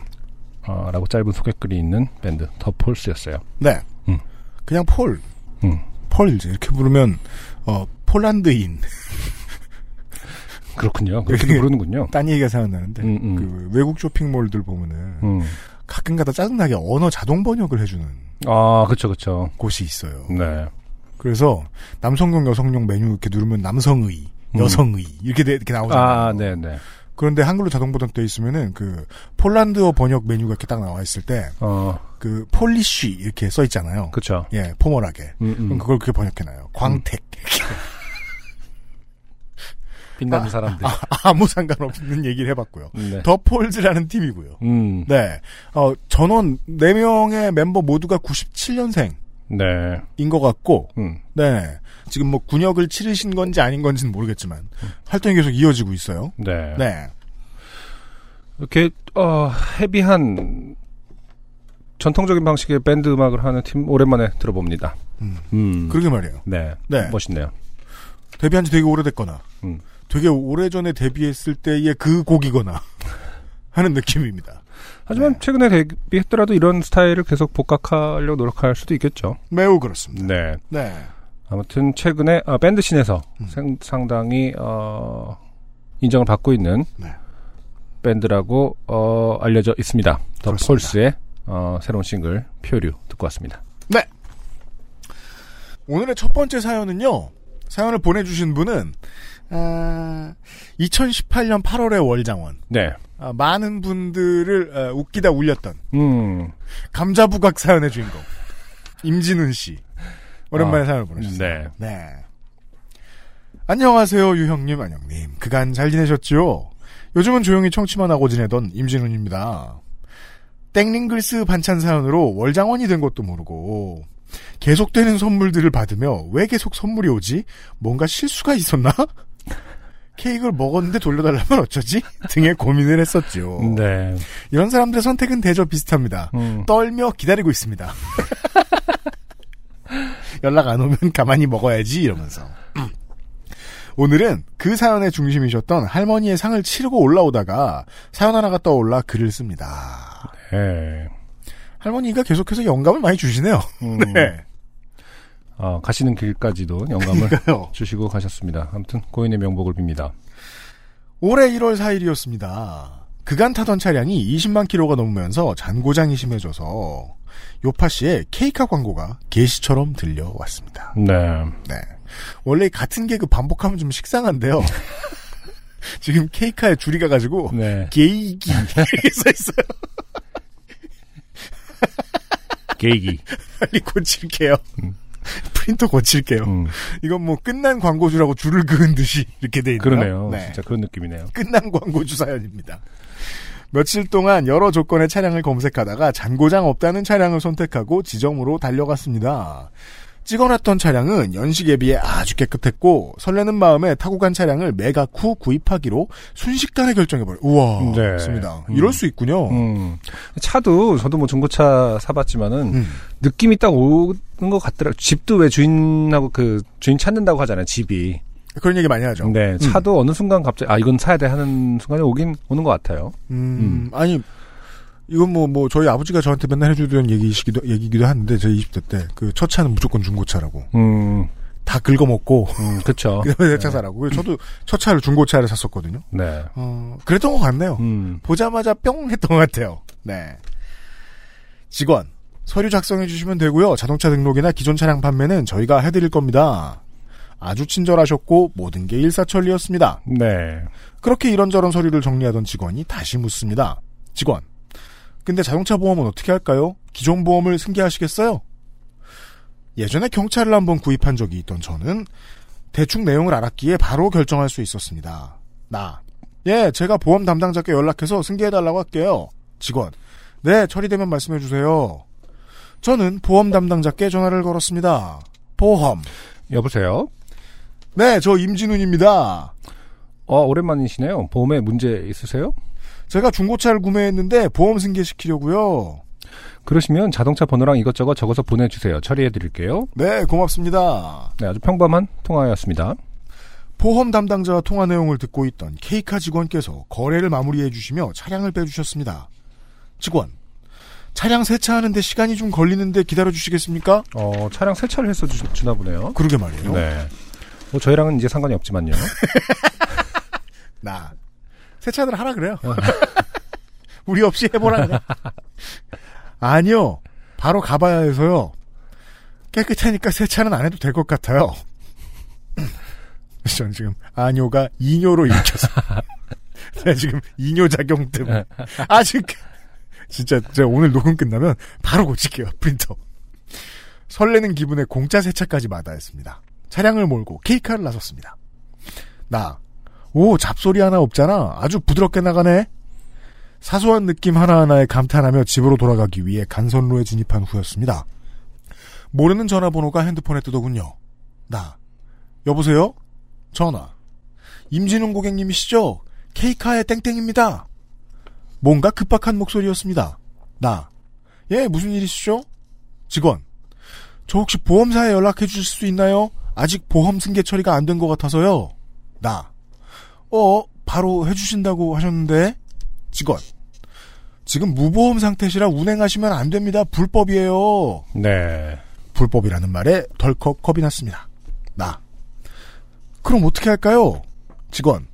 어, 라고 짧은 소개글이 있는 밴드 The Pulse였어요. 네. 음. 그냥 폴. 음. 폴 이제 이렇게 부르면 어 폴란드인 그렇군요. 그렇게도 부르는군요. 딴 얘기가 생각나는데 음, 음. 그 외국 쇼핑몰들 보면은 음. 가끔가다 짜증나게 언어 자동 번역을 해주는 아, 그쵸, 그쵸. 곳이 있어요. 네. 그래서 남성용 여성용 메뉴 이렇게 누르면 남성의, 음. 여성의 이렇게 돼- 이렇게 나오잖아요. 아, 네네. 그런데 한글로 자동 번역돼 있으면은 그 폴란드어 번역 메뉴가 이렇게 딱 나와 있을 어, 때 그 폴리쉬 이렇게 써 있잖아요. 그쵸. 예, 포멀하게. 음, 음. 그럼 그걸 그렇게 번역해놔요. 광택. 빛나는 사람들. 아, 무 상관없는 얘기를 해봤고요. 네. 더 폴즈라는 팀이고요. 음, 네. 어, 전원 4명의 멤버 모두가 97년생인 네. 것 같고, 음, 네. 지금 뭐 군역을 치르신 건지 아닌 건지는 모르겠지만, 활동이 계속 이어지고 있어요. 네. 네. 이렇게, 어, 헤비한, 전통적인 방식의 밴드 음악을 하는 팀, 오랜만에 들어봅니다. 음. 음. 그러게 말이에요. 네. 네. 멋있네요. 데뷔한 지 되게 오래됐거나, 음. 되게 오래전에 데뷔했을 때의 그 곡이거나, 하는 느낌입니다. 네. 하지만 최근에 데뷔했더라도 이런 스타일을 계속 복각하려고 노력할 수도 있겠죠. 매우 그렇습니다. 네. 네. 아무튼 최근에 아, 밴드 씬에서 음. 생- 상당히 어, 인정을 받고 있는 네. 밴드라고 어, 알려져 있습니다. 더 그렇습니다. 폴스의 어, 새로운 싱글 표류 듣고 왔습니다. 오늘의 첫 번째 사연은요. 사연을 보내주신 분은 아, 2018년 8월의 월장원 네. 아, 많은 분들을 아, 웃기다 울렸던 음. 감자부각 사연의 주인공 임진훈 씨 오랜만에 아, 사연을 보내주셨습니다. 네. 네. 안녕하세요 유형님 안녕님 그간 잘 지내셨지요? 요즘은 조용히 청취만 하고 지내던 임진훈입니다. 땡링글스 반찬 사연으로 월장원이 된 것도 모르고 계속되는 선물들을 받으며 왜 계속 선물이 오지? 뭔가 실수가 있었나? 케이크를 먹었는데 돌려달라면 어쩌지? 등의 고민을 했었죠. 네. 이런 사람들의 선택은 대저 비슷합니다. 음. 떨며 기다리고 있습니다. 연락 안 오면 가만히 먹어야지 이러면서. 오늘은 그 사연의 중심이셨던 할머니의 상을 치르고 올라오다가 사연 하나가 떠올라 글을 씁니다. 네. 할머니가 계속해서 영감을 많이 주시네요. 음. 네. 어, 가시는 길까지도 영감을 그러니까요. 주시고 가셨습니다. 아무튼 고인의 명복을 빕니다. 올해 1월 4일이었습니다. 그간 타던 차량이 20만 킬로가 넘으면서 잔고장이 심해져서 요파 씨의 케이카 광고가 게시처럼 들려왔습니다. 네. 네. 원래 같은 개그 반복하면 좀 식상한데요. 지금 케이카에 줄이 가가지고 네. 게이기 이렇게 써 있어요. 계기. 빨리 고칠게요. 프린터 고칠게요. 음. 이건 뭐 끝난 광고주라고 줄을 그은 듯이 이렇게 돼 있네요. 그러네요. 네. 진짜 그런 느낌이네요. 끝난 광고주 사연입니다. 며칠 동안 여러 조건의 차량을 검색하다가 잔고장 없다는 차량을 선택하고 지점으로 달려갔습니다. 찍어놨던 차량은 연식에 비해 아주 깨끗했고 설레는 마음에 타고 간 차량을 매각 후 구입하기로 순식간에 결정해버려. 우와, 네. 좋습니다. 음. 이럴 수 있군요. 음. 차도 저도 뭐 중고차 사봤지만은 음. 느낌이 딱 오는 것 같더라고. 집도 왜 주인하고 그 주인 찾는다고 하잖아요. 집이. 그런 얘기 많이 하죠. 네. 차도 어느 순간 갑자기 아 이건 사야 돼 하는 순간에 오긴 오는 것 같아요. 음, 아니 이건 뭐 뭐 저희 아버지가 저한테 맨날 해주던 얘기이기도 얘기기도 한데 제 20대 때 그 첫 차는 무조건 중고차라고 음. 다 긁어먹고 음 그렇죠. 그다음에 차 사라고. 그래서 저도 첫 차를 중고차를 샀었거든요. 네. 어, 그랬던 것 같네요. 음. 보자마자 뿅 했던 것 같아요. 네. 직원. 서류 작성해 주시면 되고요. 자동차 등록이나 기존 차량 판매는 저희가 해드릴 겁니다. 아주 친절하셨고 모든 게 일사천리였습니다. 네. 그렇게 이런저런 서류를 정리하던 직원이 다시 묻습니다. 직원. 근데 자동차 보험은 어떻게 할까요? 기존 보험을 승계하시겠어요? 예전에 경차를 한번 구입한 적이 있던 저는 대충 내용을 알았기에 바로 결정할 수 있었습니다. 나. 예, 제가 보험 담당자께 연락해서 승계해달라고 할게요. 직원. 네, 처리되면 말씀해주세요. 저는 보험 담당자께 전화를 걸었습니다. 보험. 여보세요. 네, 저 임진훈입니다. 어 오랜만이시네요. 보험에 문제 있으세요? 제가 중고차를 구매했는데 보험 승계시키려고요. 그러시면 자동차 번호랑 이것저것 적어서 보내주세요. 처리해드릴게요. 네, 고맙습니다. 네, 아주 평범한 통화였습니다. 보험 담당자와 통화 내용을 듣고 있던 케이카 직원께서 거래를 마무리해 주시며 차량을 빼주셨습니다. 직원, 차량 세차하는데 시간이 좀 걸리는데 기다려 주시겠습니까? 어, 차량 세차를 해서 주, 주나 보네요. 그러게 말이에요. 네. 뭐 저희랑은 이제 상관이 없지만요. 나 세차들 하라 그래요. 우리 없이 해보라 그래. 아니요, 바로 가봐야 해서요. 깨끗하니까 세차는 안 해도 될 것 같아요. 전 지금 아뇨가 이뇨로 읽혀서 제가 지금 이뇨 작용 때문에 아직 진짜 제가 오늘 녹음 끝나면 바로 고칠게요 프린터. 설레는 기분에 공짜 세차까지 마다했습니다. 차량을 몰고 케이카를 나섰습니다. 나 오, 잡소리 하나 없잖아. 아주 부드럽게 나가네. 사소한 느낌 하나하나에 감탄하며 집으로 돌아가기 위해 간선로에 진입한 후였습니다. 모르는 전화번호가 핸드폰에 뜨더군요. 나. 여보세요? 전화. 임진웅 고객님이시죠? 케이카의 땡땡입니다. 뭔가 급박한 목소리였습니다. 나. 예, 무슨 일이시죠? 직원. 저 혹시 보험사에 연락해 주실 수 있나요? 아직 보험 승계 처리가 안 된 것 같아서요. 나. 어, 바로 해주신다고 하셨는데, 직원. 지금 무보험 상태시라 운행하시면 안 됩니다. 불법이에요. 네. 불법이라는 말에 덜컥 겁이 났습니다. 나. 그럼 어떻게 할까요? 직원.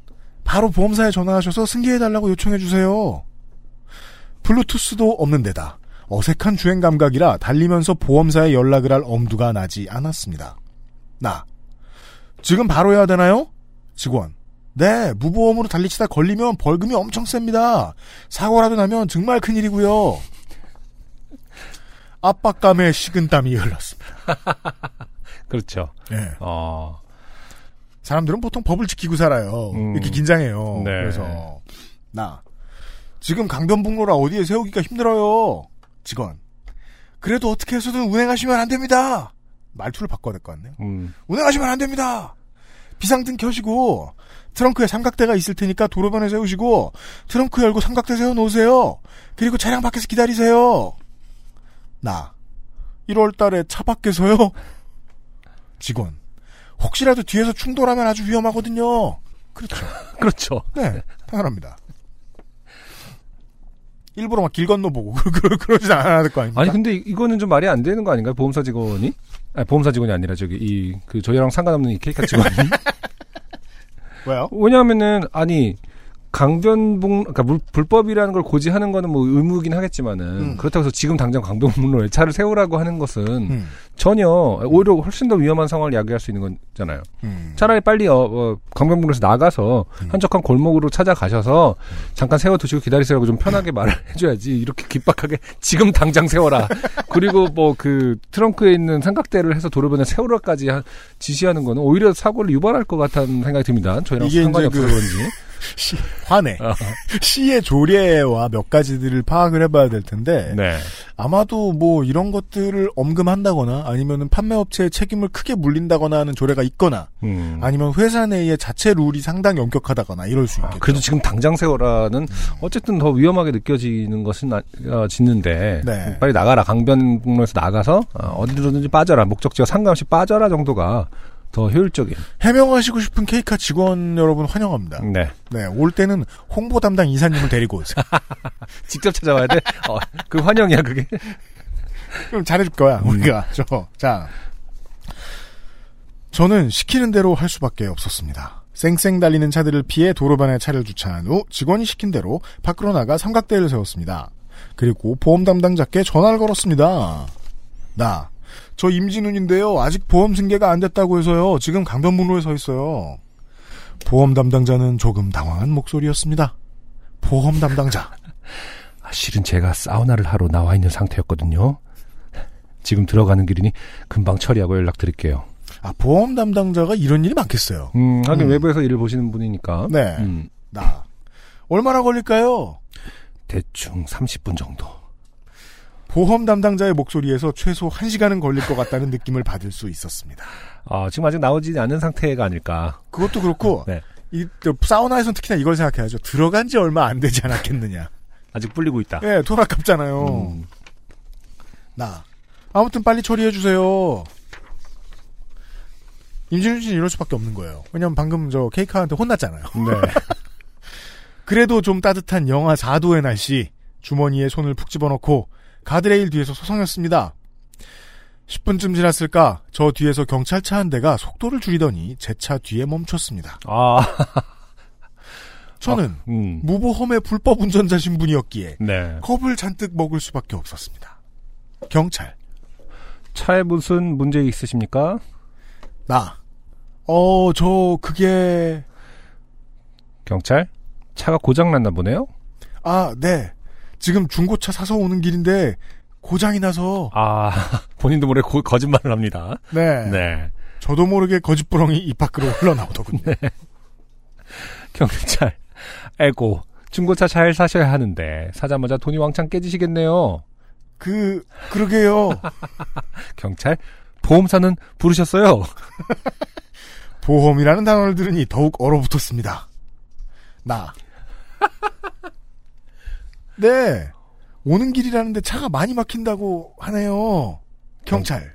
바로 보험사에 전화하셔서 승계해달라고 요청해주세요. 블루투스도 없는 데다 어색한 주행 감각이라 달리면서 보험사에 연락을 할 엄두가 나지 않았습니다. 나. 지금 바로 해야 되나요? 직원. 네, 무보험으로 달리치다 걸리면 벌금이 엄청 셉니다. 사고라도 나면 정말 큰일이고요. 압박감에 식은땀이 흘렀습니다. 그렇죠. 예. 어, 사람들은 보통 법을 지키고 살아요. 음. 이렇게 긴장해요. 네. 그래서 나 지금 강변북로라 어디에 세우기가 힘들어요. 직원. 그래도 어떻게 해서든 운행하시면 안 됩니다. 말투를 바꿔야 될 것 같네요. 음, 운행하시면 안 됩니다. 비상등 켜시고 트렁크에 삼각대가 있을 테니까 도로변에 세우시고 트렁크 열고 삼각대 세워 놓으세요. 그리고 차량 밖에서 기다리세요. 나 1월 달에 차 밖에서요. 직원 혹시라도 뒤에서 충돌하면 아주 위험하거든요. 그렇죠. 그렇죠. 네, 당연합니다. 일부러 막 길 건너보고 그러- 그러진 않을 거 아닙니까? 아니 근데 이- 이거는 좀 말이 안 되는 거 아닌가요? 보험사 직원이? 아니, 보험사 직원이 아니라 저기 이 그 저희랑 상관없는 이 케이카 직원이. 왜요? 왜냐하면은 아니 강변북 그러니까 물- 불법이라는 걸 고지하는 거는 뭐 의무긴 하겠지만은 음. 그렇다고 해서 지금 당장 강변북로에 차를 세우라고 하는 것은 음, 전혀 오히려 훨씬 더 위험한 상황을 야기할 수 있는 거잖아요. 음. 차라리 빨리 어, 어, 강변북로에서 나가서 한적한 골목으로 찾아가셔서 잠깐 세워두시고 기다리세요라고 좀 음. 편하게 말을 해줘야지 이렇게 긴박하게 지금 당장 세워라 그리고 뭐 그 트렁크에 있는 삼각대를 해서 도로변에 세우라까지 하- 지시하는 거는 오히려 사고를 유발할 것 같다는 생각이 듭니다 저희랑 이게 상관이 이제 없어서 그- 그런지 시, 화내. 어. 시의 조례와 몇 가지들을 파악을 해봐야 될 텐데 네. 아마도 뭐 이런 것들을 엄금한다거나 아니면은 판매업체의 책임을 크게 물린다거나 하는 조례가 있거나 음. 아니면 회사 내의 자체 룰이 상당히 엄격하다거나 이럴 수 아, 있겠죠. 그래도 지금 당장 세워라는 어쨌든 더 위험하게 느껴지는 것은 아, 어, 짓는데 네. 빨리 나가라 강변북로에서 나가서 어, 어디로든지 빠져라 목적지와 상관없이 빠져라 정도가 더 효율적인 해명하시고 싶은 케이카 직원 여러분 환영합니다. 네 네, 올 때는 홍보 담당 이사님을 데리고 오세요. 직접 찾아와야 돼. 어, 그 환영이야 그게. 그럼 잘해줄 거야 우리가. 저, 자, 저는 시키는 대로 할 수밖에 없었습니다. 쌩쌩 달리는 차들을 피해 도로변에 차를 주차한 후 직원이 시킨 대로 밖으로 나가 삼각대를 세웠습니다. 그리고 보험 담당자께 전화를 걸었습니다. 나, 저 임진훈인데요. 아직 보험 승계가 안 됐다고 해서요. 지금 강변북로에 서 있어요. 보험 담당자는 조금 당황한 목소리였습니다. 보험 담당자. 아, 실은 제가 사우나를 하러 나와 있는 상태였거든요. 지금 들어가는 길이니 금방 처리하고 연락드릴게요. 아, 보험 담당자가 이런 일이 많겠어요. 음, 하긴 음. 외부에서 일을 보시는 분이니까. 네. 음, 나. 얼마나 걸릴까요? 대충 30분 정도. 보험 담당자의 목소리에서 최소 1시간은 걸릴 것 같다는 느낌을 받을 수 있었습니다. 아, 지금 아직 나오지 않은 상태가 아닐까. 그것도 그렇고, 네. 이, 저, 사우나에선 특히나 이걸 생각해야죠. 들어간 지 얼마 안 되지 않았겠느냐. 아직 불리고 있다. 예, 돈 아깝잖아요. 음. 나. 아무튼 빨리 처리해 주세요. 임진우 씨는 이럴 수밖에 없는 거예요. 왜냐면 방금 저 케이카한테 혼났잖아요. 네. 그래도 좀 따뜻한 영하 4도의 날씨 주머니에 손을 푹 집어넣고 가드레일 뒤에서 소상였습니다. 10분쯤 지났을까 저 뒤에서 경찰차 한 대가 속도를 줄이더니 제 차 뒤에 멈췄습니다. 아, 저는 음. 무보험의 불법 운전자 신분이었기에 네. 컵을 잔뜩 먹을 수밖에 없었습니다. 경찰 차에 무슨 문제 있으십니까? 나 어, 저, 그게, 경찰? 차가 고장 났나 보네요? 아, 네. 지금 중고차 사서 오는 길인데, 고장이 나서, 아, 본인도 모르게 고- 거짓말을 합니다. 네. 네. 저도 모르게 거짓부렁이 입 밖으로 흘러나오더군요. 경찰. 에고, 중고차 잘 사셔야 하는데, 사자마자 돈이 왕창 깨지시겠네요. 그, 그러게요. 경찰? 보험사는 부르셨어요? 보험이라는 단어를 들으니 더욱 얼어붙었습니다. 나. 네. 오는 길이라는데 차가 많이 막힌다고 하네요. 경찰.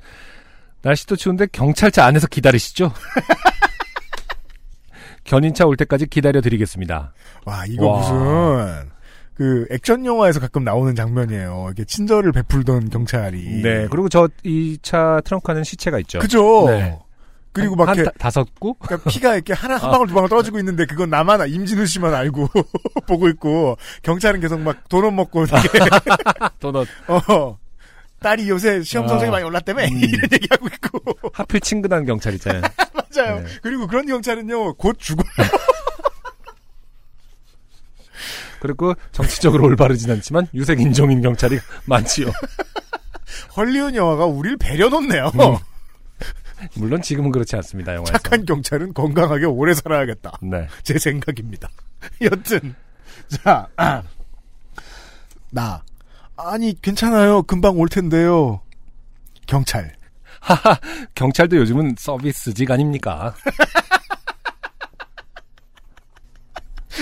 날씨도 추운데 경찰차 안에서 기다리시죠? 견인차 올 때까지 기다려드리겠습니다. 와, 이거 와. 무슨, 그, 액션 영화에서 가끔 나오는 장면이에요. 이게 친절을 베풀던 경찰이. 네, 그리고 저 이 차 트렁크 안에는 시체가 있죠. 그죠? 네. 그리고 막 한 이렇게, 다- 다섯 구? 그러니까 피가 이렇게 하나 아. 한 방울 두 방울 떨어지고 있는데 그건 나만 아- 임진우 씨만 알고 보고 있고 경찰은 계속 막 도넛 먹고 이렇게 도넛. 어. 딸이 요새 시험 성적이 아. 많이 올랐다며 이런 얘기하고 있고 하필 친근한 경찰 있잖아요. 맞아요. 네. 그리고 그런 경찰은요 곧 죽어요. 그리고 정치적으로 올바르진 않지만 유색 인종인 경찰이 많지요. 헐리우드 영화가 우리를 배려놓네요. 음. 물론 지금은 그렇지 않습니다. 영화에서. 착한 경찰은 건강하게 오래 살아야겠다. 네. 제 생각입니다. 여튼 자 아. 나. 아니 괜찮아요. 금방 올 텐데요. 경찰. 하하. 경찰도 요즘은 서비스직 아닙니까?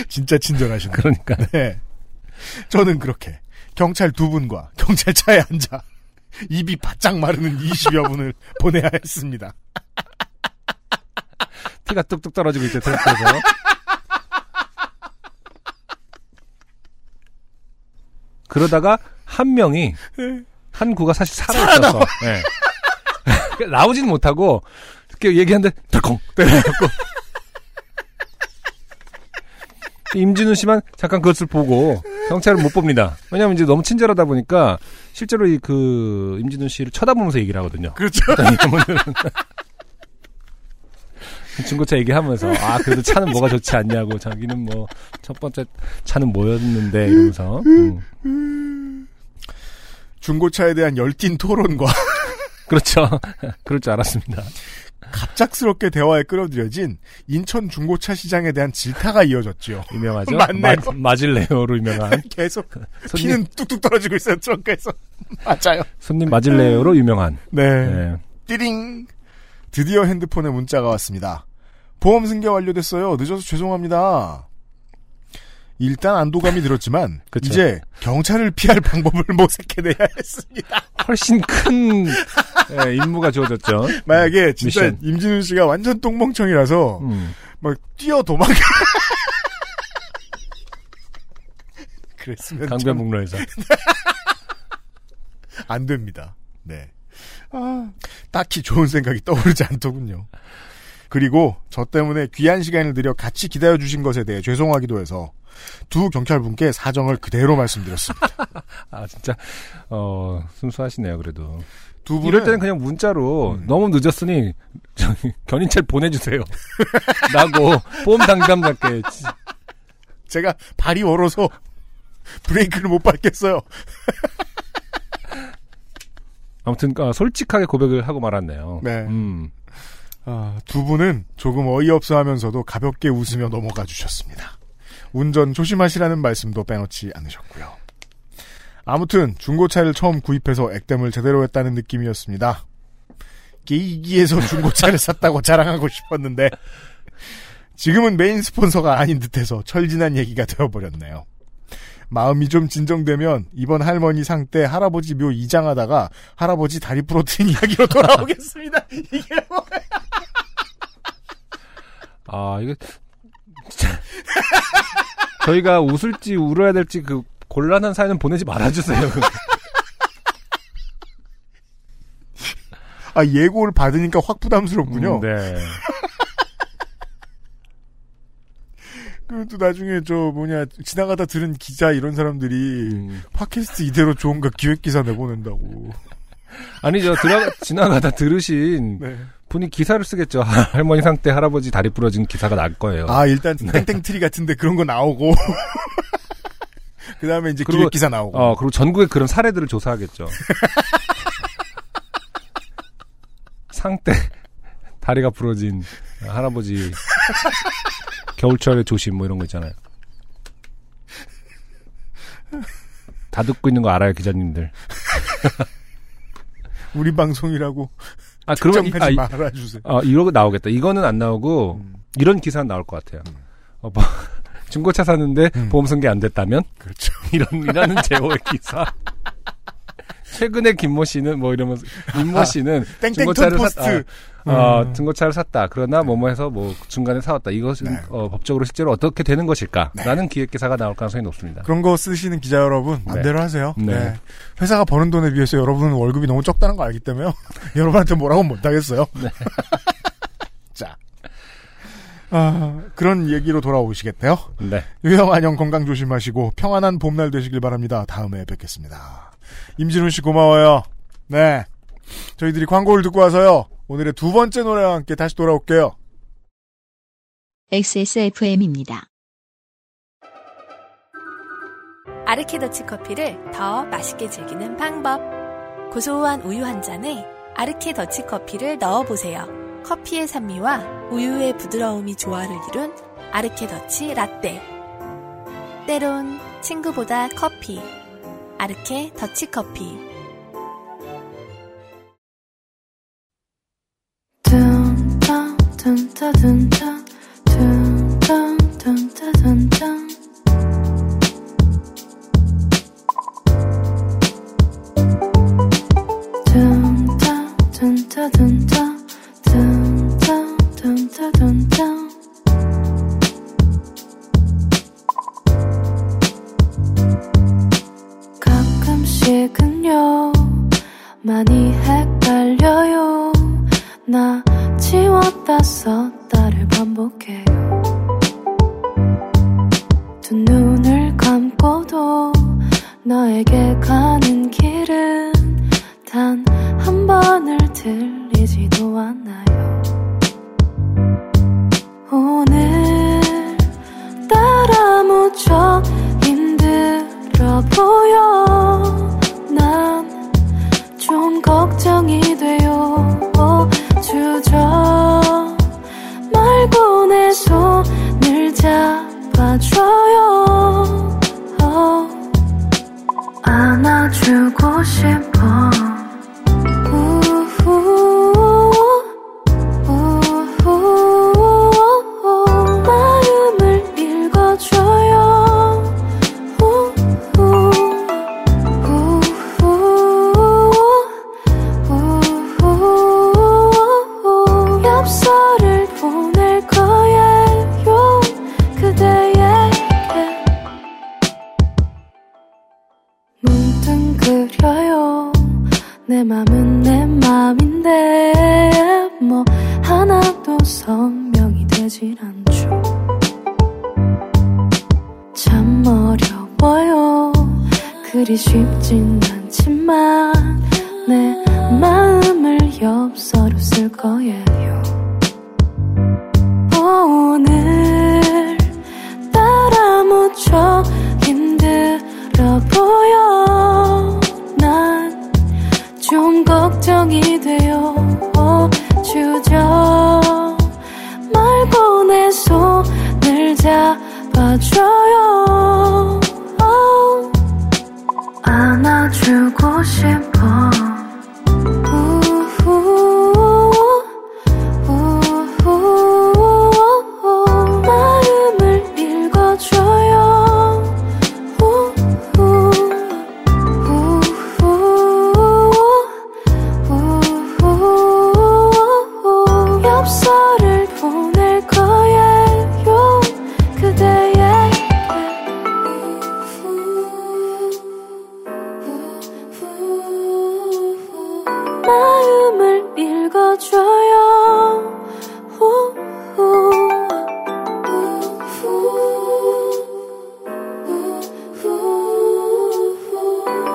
진짜 친절하신 그러니까 네. 저는 그렇게 경찰 두 분과 경찰차에 앉아 입이 바짝 마르는 20여 분을 보내야 했습니다. 피가 뚝뚝 떨어지고 있죠. 트렁크에서. 그러다가 한 명이 한 구가 사실 살아 있어서 네. 나오진 못하고 이렇게 얘기하는데 덜컹 때려갖고 임진우 씨만 잠깐 그것을 보고 경찰을 못 봅니다. 왜냐하면 이제 너무 친절하다 보니까 실제로 이 그 임진우 씨를 쳐다보면서 얘기를 하거든요. 그렇죠. 어떤 이유면은 그 중고차 얘기하면서 아 그래도 차는 뭐가 좋지 않냐고 자기는 뭐 첫 번째 차는 뭐였는데 이러면서 음. 중고차에 대한 열띤 토론과 그렇죠 그럴 줄 알았습니다 갑작스럽게 대화에 끌어들여진 인천 중고차 시장에 대한 질타가 이어졌지요. 유명하죠 맞네요. 마, 질레오로 유명한 계속 손님 피는 뚝뚝 떨어지고 있어요. 트렁크에서. 맞아요. 손님 마질레오로 유명한 네. 네. 띠링. 드디어 핸드폰에 문자가 왔습니다. 보험 승계 완료됐어요. 늦어서 죄송합니다. 일단 안도감이 들었지만 그쵸. 이제 경찰을 피할 방법을 모색해내야 했습니다. 훨씬 큰 예, 임무가 주어졌죠 만약에 진짜 미션. 임진우 씨가 완전 똥멍청이라서 음. 막 뛰어 도망가. 그랬으면 참 강변북로에서 안 됩니다. 네. 아, 딱히 좋은 생각이 떠오르지 않더군요. 그리고 저 때문에 귀한 시간을 들여 같이 기다려 주신 것에 대해 죄송하기도 해서 두 경찰분께 사정을 그대로 말씀드렸습니다. 아 진짜 어 순수하시네요 그래도 두 분은 이럴 때는 그냥 문자로 음. 너무 늦었으니 저기 견인차를 보내주세요. 라고 보험 당담답게 지- 제가 발이 얼어서 브레이크를 못 밟겠어요. 아무튼 어, 솔직하게 고백을 하고 말았네요. 네. 음, 아, 두 분은 조금 어이없어 하면서도 가볍게 웃으며 넘어가 주셨습니다. 운전 조심하시라는 말씀도 빼놓지 않으셨고요. 아무튼 중고차를 처음 구입해서 액땜을 제대로 했다는 느낌이었습니다. 게이기에서 중고차를 샀다고 자랑하고 싶었는데 지금은 메인 스폰서가 아닌 듯해서 철진한 얘기가 되어버렸네요. 마음이 좀 진정되면 이번 할머니 상 때 할아버지 묘 이장하다가 할아버지 다리 부러뜨린 이야기로 돌아오겠습니다. 이게 뭐 아, 이거 진짜 저희가 웃을지 울어야 될지 그 곤란한 사연은 보내지 말아주세요. 아, 예고를 받으니까 확 부담스럽군요. 음, 네. 그럼 또 나중에 저 뭐냐 지나가다 들은 기자 이런 사람들이 음. 팟캐스트 이대로 좋은가 기획기사 내보낸다고. 아니 저 들어 지나가다 들으신 네. 분이 기사를 쓰겠죠. 할머니 상태 할아버지 다리 부러진 기사가 날 거예요. 아 일단 네. 땡땡트리 같은데 그런 거 나오고. 그 다음에 이제 그리고- 기획기사 나오고. 어 그리고 전국의 그런 사례들을 조사하겠죠. 상태 다리가 부러진 할아버지 겨울철에 조심 뭐 이런 거 있잖아요. 다 듣고 있는 거 알아요 기자님들. 우리 방송이라고 아 특정하지 이- 아, 이- 말아주세요. 어, 이러고 나오겠다. 이거는 안 나오고 음. 이런 기사는 나올 것 같아요. 어, 뭐, 중고차 샀는데 음. 보험 승계 안 됐다면 그렇죠. 이런 이라는 제호의 기사. 최근에 김모 씨는 뭐 이러면서 임모 씨는 땡땡 중고차를 톤 샀다. 포스트. 어, 음. 중고차를 샀다. 그러나 뭐뭐 해서 뭐 중간에 사왔다. 이것은 네. 어, 법적으로 실제로 어떻게 되는 것일까? 라는 기획 기사가 나올 가능성이 높습니다. 그런 거 쓰시는 기자 여러분 반대로 하세요. 네. 네. 회사가 버는 돈에 비해서 여러분은 월급이 너무 적다는 거 알기 때문에요. 여러분한테 뭐라고 못하겠어요. 네. 자. 아, 그런 얘기로 돌아오시겠대요. 네. 유형 안녕 건강 조심하시고 평안한 봄날 되시길 바랍니다. 다음에 뵙겠습니다. 임진훈 씨 고마워요. 네. 저희들이 광고를 듣고 와서요. 오늘의 두 번째 노래와 함께 다시 돌아올게요. XSFM입니다. 아르케더치 커피를 더 맛있게 즐기는 방법. 고소한 우유 한 잔에 아르케더치 커피를 넣어보세요. 커피의 산미와 우유의 부드러움이 조화를 이룬 아르케더치 라떼. 때론 친구보다 커피. 아르케더치 커피. 둔다 둔다 둔다 둔다 둔다 둔다 둔다 둔다 둔다 둔다 둔다 둔다 가끔씩은요 많이 헷갈려요 나 지웠다 썼다를 반복해요 두 눈을 감고도 너에게 가는 길은 단 한 번을 들리지도 않아요 오늘 따라 무척 힘들어 보여 난 좀 걱정이 돼요 어, 주저 말고 내 손을 잡아줘요 어, 안아주고 싶어 우후 우후 마음을 읽어줘요 우후 우후 엽서를 보낼 거예요 그대에게 문득 그려요 내 맘은 내 맘인데 뭐 하나도 선명히 되질 않죠 참 어려워요 그리 쉽진 않지만 내 마음을 엽서로 쓸 거예요 오늘 따라 무척 힘들어 보여 난 좀 걱정이 돼요 주저 말고 내 손을 잡아줘요 안아주고 싶어 우후 우후 마음을 읽어줘요 우후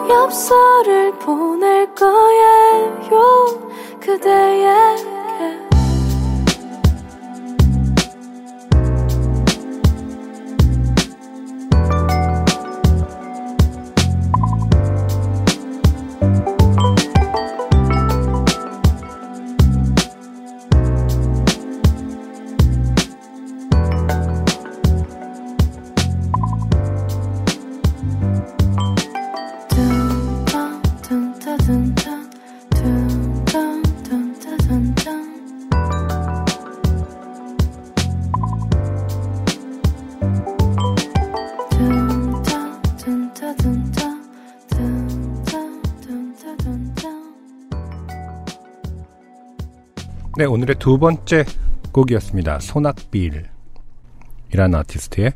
엽서를 보낼 거예요 그대에게 둔둔둔둔둔 둔둔둔둔둔둔 둔둔둔둔둔둔 둔둔둔둔둔둔 네, 오늘의 두 번째 곡이었습니다. 소낙빌이라는 아티스트의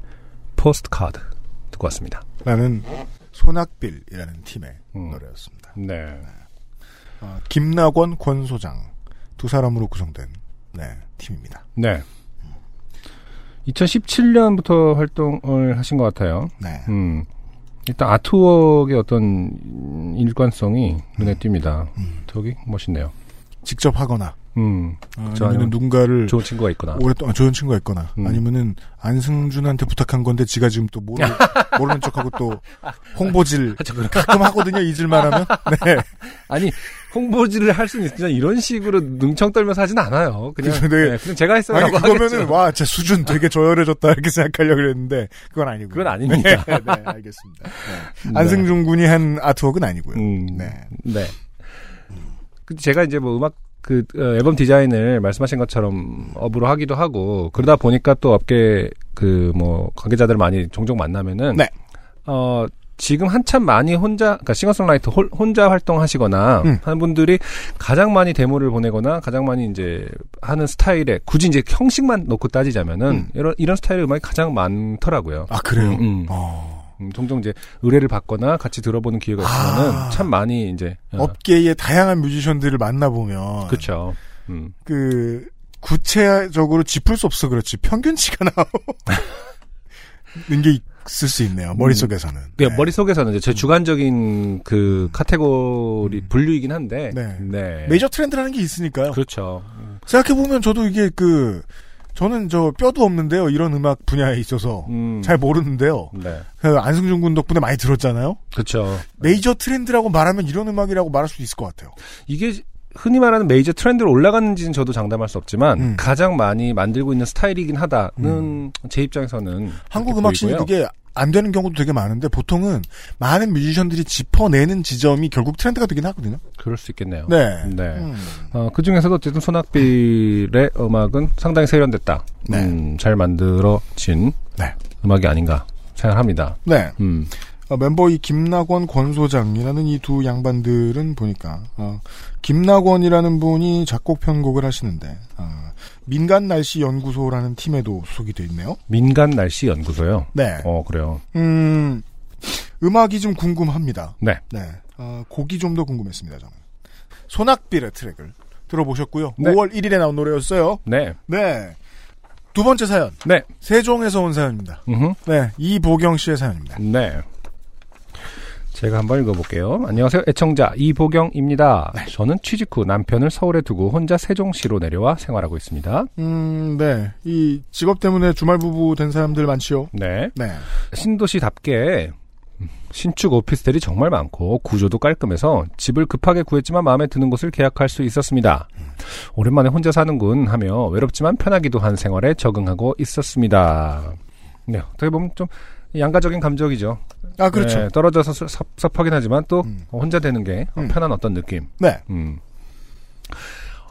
포스트카드 듣고 왔습니다. 라는 소낙빌이라는 팀의 음. 노래였습니다. 네. 어, 김낙원, 권 소장 두 사람으로 구성된 네, 팀입니다. 네. 2017년부터 활동을 하신 것 같아요. 네. 음. 일단 아트웍의 어떤 음, 일관성이 눈에 음. 띕니다. 저기 멋있네요. 직접 하거나 음. 그쵸, 아니면 아니면 누군가를 좋은 친구가 있구나. 오랫동안 아, 좋은 친구가 있거나 음. 아니면은 안승준한테 부탁한 건데 지가 지금 또 모르, 모르는 척하고 또 홍보질 가끔 하거든요 잊을만 하면 네 아니 홍보지를 할 수는 있지만 이런 식으로 능청 떨면서 하진 않아요. 그냥 그죠, 네. 네, 그냥 제가 했어요. 아니 라고 그거면은 하겠죠. 와제 수준 되게 저열해졌다 이렇게 생각하려고 그랬는데 그건 아니고 그건 아닙니다. 네, 네, 알겠습니다 네. 안승준 군이 한 아트웍은 아니고요 음, 네. 네. 그 제가 이제 뭐 음악 그 어, 앨범 디자인을 말씀하신 것처럼 업으로 하기도 하고 그러다 보니까 또 업계 그 뭐 관계자들 많이 종종 만나면은 네. 어 지금 한참 많이 혼자 그러니까 싱어송라이터 홀- 혼자 활동하시거나 음. 하는 분들이 가장 많이 데모를 보내거나 가장 많이 이제 하는 스타일에 굳이 이제 형식만 놓고 따지자면은 음. 이런 이런 스타일의 음악이 가장 많더라고요. 아 그래요 음. 어, 음, 종종 이제 의뢰를 받거나 같이 들어보는 기회가 있으면은 아. 참 많이 이제 어, 업계의 다양한 뮤지션들을 만나보면 그렇죠. 음. 그 구체적으로 짚을 수 없어 그렇지 평균치가 나오는 게 있을 수 있네요 머릿속에서는 그 네. 머릿속에서는 이제 제 주관적인 그 카테고리 분류이긴 한데 음. 네. 네. 메이저 트렌드라는 게 있으니까요 그렇죠. 생각해보면 저도 이게 그 저는 저 뼈도 없는데요 이런 음악 분야에 있어서 음. 잘 모르는데요 네. 그 안승준 군 덕분에 많이 들었잖아요 그렇죠. 메이저 트렌드라고 말하면 이런 음악이라고 말할 수 있을 것 같아요 이게 음. 흔히 말하는 메이저 트렌드로 올라갔는지는 저도 장담할 수 없지만 음. 가장 많이 만들고 있는 스타일이긴 하다는 제 입장에서는 한국 그렇게 음악씬이 보이고요. 그게 안 되는 경우도 되게 많은데 보통은 많은 뮤지션들이 짚어내는 지점이 결국 트렌드가 되긴 하거든요 그럴 수 있겠네요. 네, 네. 음. 어, 그 중에서도 어쨌든 손학빌의 음악은 상당히 세련됐다. 네. 음, 잘 만들어진 네. 음악이 아닌가 생각합니다. 네. 음. 어, 멤버 이 김낙원 권소장이라는 이 두 양반들은 보니까 어, 김낙원이라는 분이 작곡 편곡을 하시는데 어, 민간 날씨 연구소라는 팀에도 소속이 돼 있네요. 민간 날씨 연구소요. 네. 어 그래요. 음 음악이 좀 궁금합니다. 네. 네. 어, 곡이 좀 더 궁금했습니다. 저는 소낙비의 트랙을 들어보셨고요. 네. 5월 1일에 나온 노래였어요. 네. 네. 두 번째 사연 네. 세종에서 온 사연입니다. 음흠. 네 이보경 씨의 사연입니다. 네. 제가 한번 읽어볼게요. 안녕하세요. 애청자 이보경입니다. 저는 취직 후 남편을 서울에 두고 혼자 세종시로 내려와 생활하고 있습니다. 음, 음네이 직업 때문에 주말 부부 된 사람들 많지요. 네. 네. 신도시답게 신축 오피스텔이 정말 많고 구조도 깔끔해서 집을 급하게 구했지만 마음에 드는 곳을 계약할 수 있었습니다. 오랜만에 혼자 사는군 하며 외롭지만 편하기도 한 생활에 적응하고 있었습니다. 네, 어떻게 보면 좀 양가적인 감정이죠. 아, 그렇죠. 네, 떨어져서 서- 섭섭하긴 하지만 또 음. 혼자 되는 게 음. 편한 어떤 느낌. 네. 음.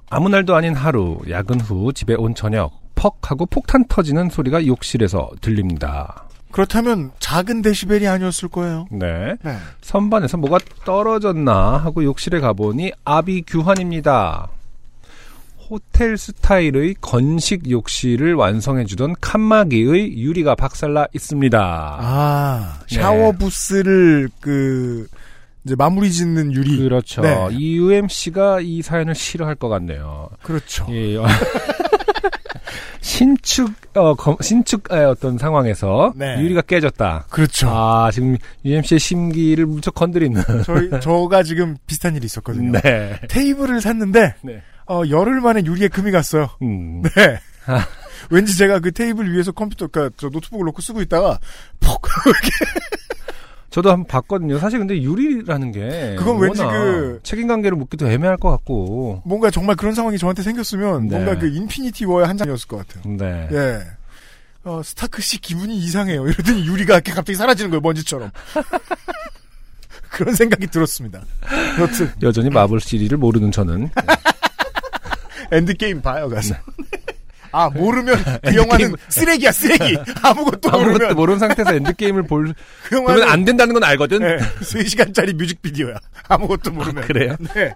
아무 날도 아닌 하루, 야근 후 집에 온 저녁, 퍽 하고 폭탄 터지는 소리가 욕실에서 들립니다. 그렇다면 작은 데시벨이 아니었을 거예요. 네. 네. 선반에서 뭐가 떨어졌나 하고 욕실에 가보니 아비 규환입니다. 호텔 스타일의 건식 욕실을 완성해주던 칸막이의 유리가 박살나 있습니다. 아, 네. 샤워 부스를 그 이제 마무리 짓는 유리. 그렇죠. 네. 이 UMC가 이 사연을 싫어할 것 같네요. 그렇죠. 예, 어, 신축 어 검- 신축의 어떤 상황에서 네. 유리가 깨졌다. 그렇죠. 아 지금 UMC의 심기를 무척 건드리는. 저희 저가 지금 비슷한 일이 있었거든요. 네. 테이블을 샀는데 네. 어, 열흘 만에 유리에 금이 갔어요. 음. 네. 아. 왠지 제가 그 테이블 위에서 컴퓨터, 그니까 저 노트북을 놓고 쓰고 있다가 퍽 저도 한번 봤거든요. 사실 근데 유리라는 게 그건 왠지 워낙 그- 책임 관계를 묻기도 애매할 것 같고. 뭔가 정말 그런 상황이 저한테 생겼으면 네. 뭔가 그 인피니티 워의 한 장이었을 것 같아요. 네. 예. 어, 스타크 씨 기분이 이상해요. 이러더니 유리가 이렇게 갑자기 사라지는 거예요, 먼지처럼. 그런 생각이 들었습니다. 여튼, 여전히 마블 시리를 모르는 저는 엔드게임 봐요, 가서. 아, 모르면 그 영화는 쓰레기야, 쓰레기! 아무것도 아무것도 모르면 모르는 상태에서 엔드 게임을 볼 그 영화는 그러면 안 된다는 건 알거든. 네, 3시간짜리 뮤직비디오야. 아무것도 모르면. 그래요? 네.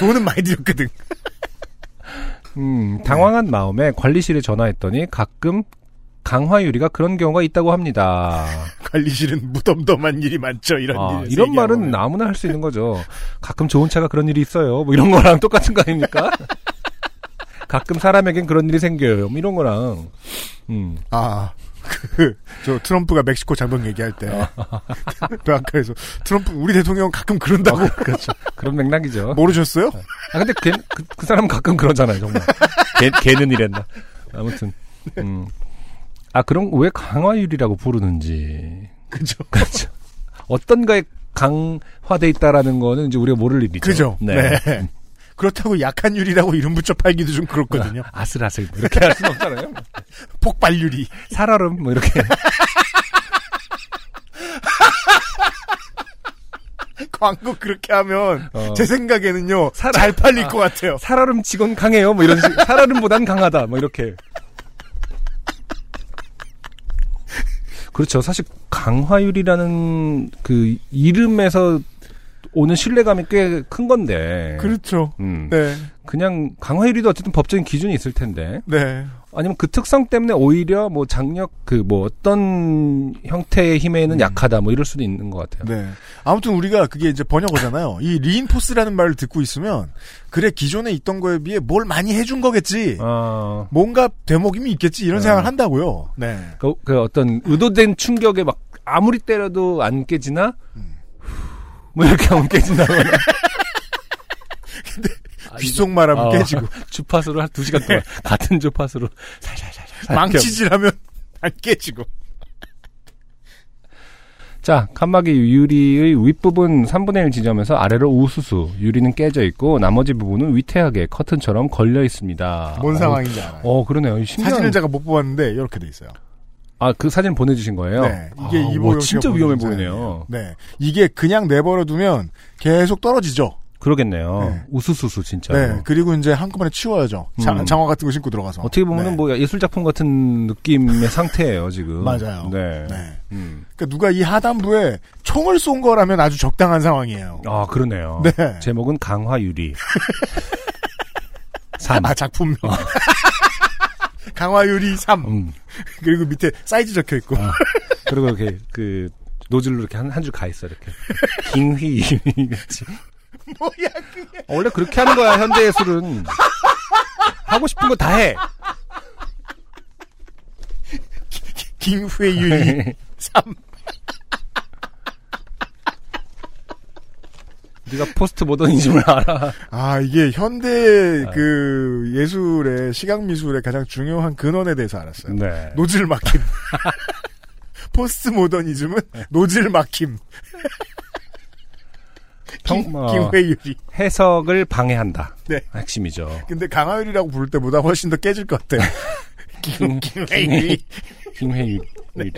돈은 많이 들였거든. 음, 당황한 마음에 관리실에 전화했더니 가끔 강화 유리가 그런 경우가 있다고 합니다. 관리실은 무덤덤한 일이 많죠, 이런 아, 일. 이런 말은 아무나 할 수 있는 거죠. 가끔 좋은 차가 그런 일이 있어요. 뭐 이런 거랑 똑같은 거 아닙니까? 가끔 사람에겐 그런 일이 생겨요. 뭐 이런 거랑. 음. 아, 그, 저 트럼프가 멕시코 장병 얘기할 때. 아. 그 아까에서 트럼프, 우리 대통령 가끔 그런다고. 그렇죠. 그런 맥락이죠. 모르셨어요? 아, 근데 걔, 그, 그 사람은 가끔 그러잖아요, 정말. 걔, 걔는 이랬나. 아무튼. 음. 아, 그럼 왜 강화율이라고 부르는지. 그죠. 그렇죠. 어떤가에 강화돼 있다라는 거는 이제 우리가 모를 일이죠. 그죠. 네. 그렇다고 약한 유리라고 이름 붙여 팔기도 좀 그렇거든요. 아슬아슬 뭐 이렇게 할 수는 없잖아요. 폭발 유리. 살얼음 뭐 이렇게 광고 그렇게 하면 어. 제 생각에는요. 살아- 잘 팔릴 것 같아요. 살얼음 치곤 강해요. 뭐 이런 식. 살얼음보단 강하다. 뭐 이렇게. 그렇죠. 사실 강화율이라는 그 이름에서 오는 신뢰감이 꽤 큰 건데. 그렇죠. 음. 네. 그냥 강화율이도 어쨌든 법적인 기준이 있을 텐데. 네. 아니면 그 특성 때문에 오히려 뭐 장력 그 뭐 어떤 형태의 힘에는 약하다 뭐 이럴 수도 있는 것 같아요. 네. 아무튼 우리가 그게 이제 번역어잖아요. 이 리인포스라는 말을 듣고 있으면 그래 기존에 있던 거에 비해 뭘 많이 해준 거겠지. 아, 뭔가 대목임이 있겠지 네. 이런 생각을 한다고요. 네. 그, 그 어떤 의도된 충격에 막 아무리 때려도 안 깨지나 뭐 이렇게 하면 깨진다거나 귓속말하면 아, 깨지고 네. 주파수로 한 두 시간 동안 같은 주파수로 살살살살 망치질하면 안 깨지고. 자, 칸막이 유리의 윗부분 3분의 1 지점에서 아래로 우수수, 유리는 깨져 있고 나머지 부분은 위태하게 커튼처럼 걸려 있습니다. 뭔 어, 상황인지 알아요. 어, 그러네요. 이 신기한- 사진을 제가 못 뽑았는데 이렇게 돼 있어요. 아, 그 사진 보내주신 거예요? 네, 이게 아, 이보영 와, 씨가 진짜 보낸 위험해 사진이에요. 보이네요. 네, 이게 그냥 내버려두면 계속 떨어지죠. 그러겠네요. 네. 우수수수 진짜. 네, 그리고 이제 한꺼번에 치워야죠. 장, 음. 장화 같은 거 신고 들어가서. 어떻게 보면은 네. 뭐 예술 작품 같은 느낌의 상태예요 지금. 맞아요. 네. 네. 음. 그러니까 누가 이 하단부에 총을 쏜 거라면 아주 적당한 상황이에요. 아 그러네요. 네. 제목은 강화유리. 산. 아 작품명. 강화유리 3 어. 음. 아. 그리고 밑에 사이즈 적혀 있고 그리고 이렇게 그 노즐로 이렇게 한 한 줄 가 있어 이렇게. 김휘 같이. 어, 뭐야 그게 원래 그렇게 하는 거야 현대 예술은. 하고 싶은 거 다 해. 김회유리 3 네가 포스트 모더니즘을 알아. 아, 이게 아. 현대 그 예술의 시각 미술의 가장 중요한 근원에 대해서 알았어요. 네. 노즐 막힘. 포스트 모더니즘은 네. 노즐 막힘. 평- 김- 어. 김회유리. 해석을 방해한다. 네. 핵심이죠. 근데 강하율이라고 부를 때보다 훨씬 더 깨질 것 같아요. 김, 김회유리. 김회유. 네.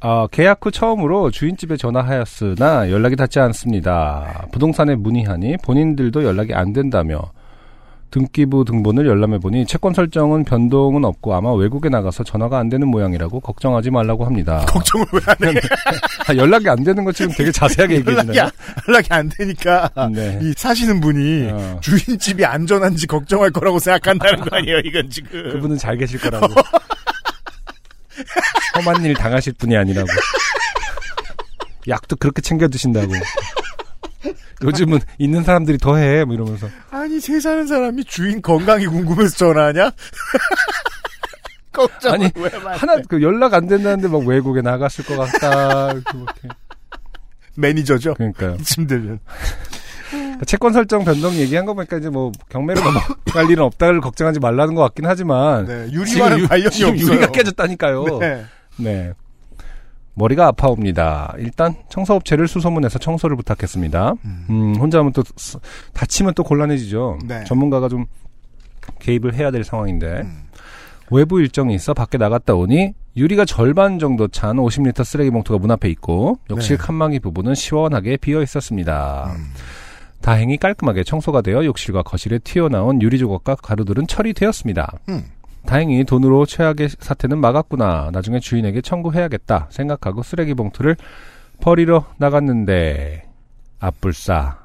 아, 계약 후 처음으로 주인집에 전화하였으나 연락이 닿지 않습니다. 부동산에 문의하니 본인들도 연락이 안 된다며 등기부 등본을 열람해보니 채권 설정은 변동은 없고 아마 외국에 나가서 전화가 안 되는 모양이라고 걱정하지 말라고 합니다. 걱정을 왜 안 해? 아, 연락이 안 되는 거 지금 되게 자세하게 연락이, 얘기해주네요. 안- 연락이 안 되니까. 네. 이 사시는 분이 어. 주인집이 안전한지 걱정할 거라고 생각한다는 거 아니에요, 이건 지금. 그분은 잘 계실 거라고. 험한 일 당하실 분이 아니라고. 약도 그렇게 챙겨 드신다고. 요즘은 있는 사람들이 더해 뭐 이러면서 아니 세 사는 사람이 주인 건강이 궁금해서 전화하냐? 걱정 아니, 왜 말? 하나 그 연락 안 된다는데 막 외국에 나갔을 것 같다 그렇게 매니저죠. 그러니까요. 이쯤 되면 채권 설정 변동 얘기한 거 보니까 이제 뭐 경매로 넘어갈 일은 없다를 걱정하지 말라는 것 같긴 하지만 네, 지금 유리와는 유- 관련이 지금 없어요. 유리가 깨졌다니까요. 네. 네. 머리가 아파옵니다. 일단 청소업체를 수소문해서 청소를 부탁했습니다. 음, 혼자 하면 또 쓰- 다치면 또 곤란해지죠. 네. 전문가가 좀 개입을 해야 될 상황인데 음. 외부 일정이 있어 밖에 나갔다 오니 유리가 절반 정도 찬 50리터 쓰레기 봉투가 문 앞에 있고 욕실 네. 음. 칸막이 부분은 시원하게 비어 있었습니다. 다행히 깔끔하게 청소가 되어 욕실과 거실에 튀어나온 유리 조각과 가루들은 처리되었습니다. 음. 다행히 돈으로 최악의 사태는 막았구나. 나중에 주인에게 청구해야겠다 생각하고 쓰레기 봉투를 버리러 나갔는데 앞불싸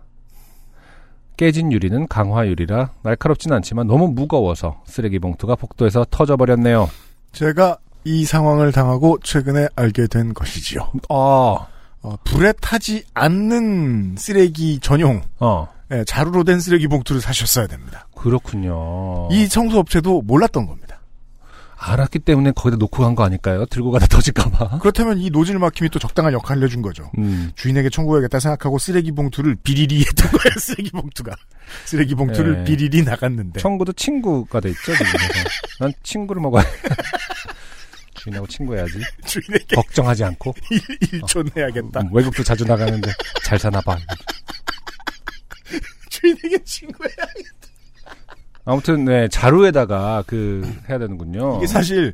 깨진 유리는 강화 유리라 날카롭진 않지만 너무 무거워서 쓰레기 봉투가 복도에서 터져버렸네요. 제가 이 상황을 당하고 최근에 알게 된 것이지요. 아, 어, 불에 타지 않는 쓰레기 전용 어 예, 자루로 된 쓰레기 봉투를 사셨어야 됩니다. 그렇군요. 이 청소업체도 몰랐던 겁니다. 알았기 때문에 거기다 놓고 간 거 아닐까요? 들고 가다 터질까봐. 그렇다면 이 노즐 막힘이 또 적당한 역할을 해준 거죠. 음. 주인에게 청구해야겠다 생각하고 쓰레기 봉투를 비리리 했던 거예요. 쓰레기 봉투가 쓰레기 봉투를 예. 비리리 나갔는데 청구도 친구가 돼 있죠. 지금. 그래서 난 친구를 먹어야 주인하고 친구해야지. 주인에게 걱정하지 않고 일촌 해야겠다. 어. 음, 외국도 자주 나가는데 잘 사나봐. 주인에게 친구해야. 아무튼 네 자루에다가 그 해야 되는군요. 이게 사실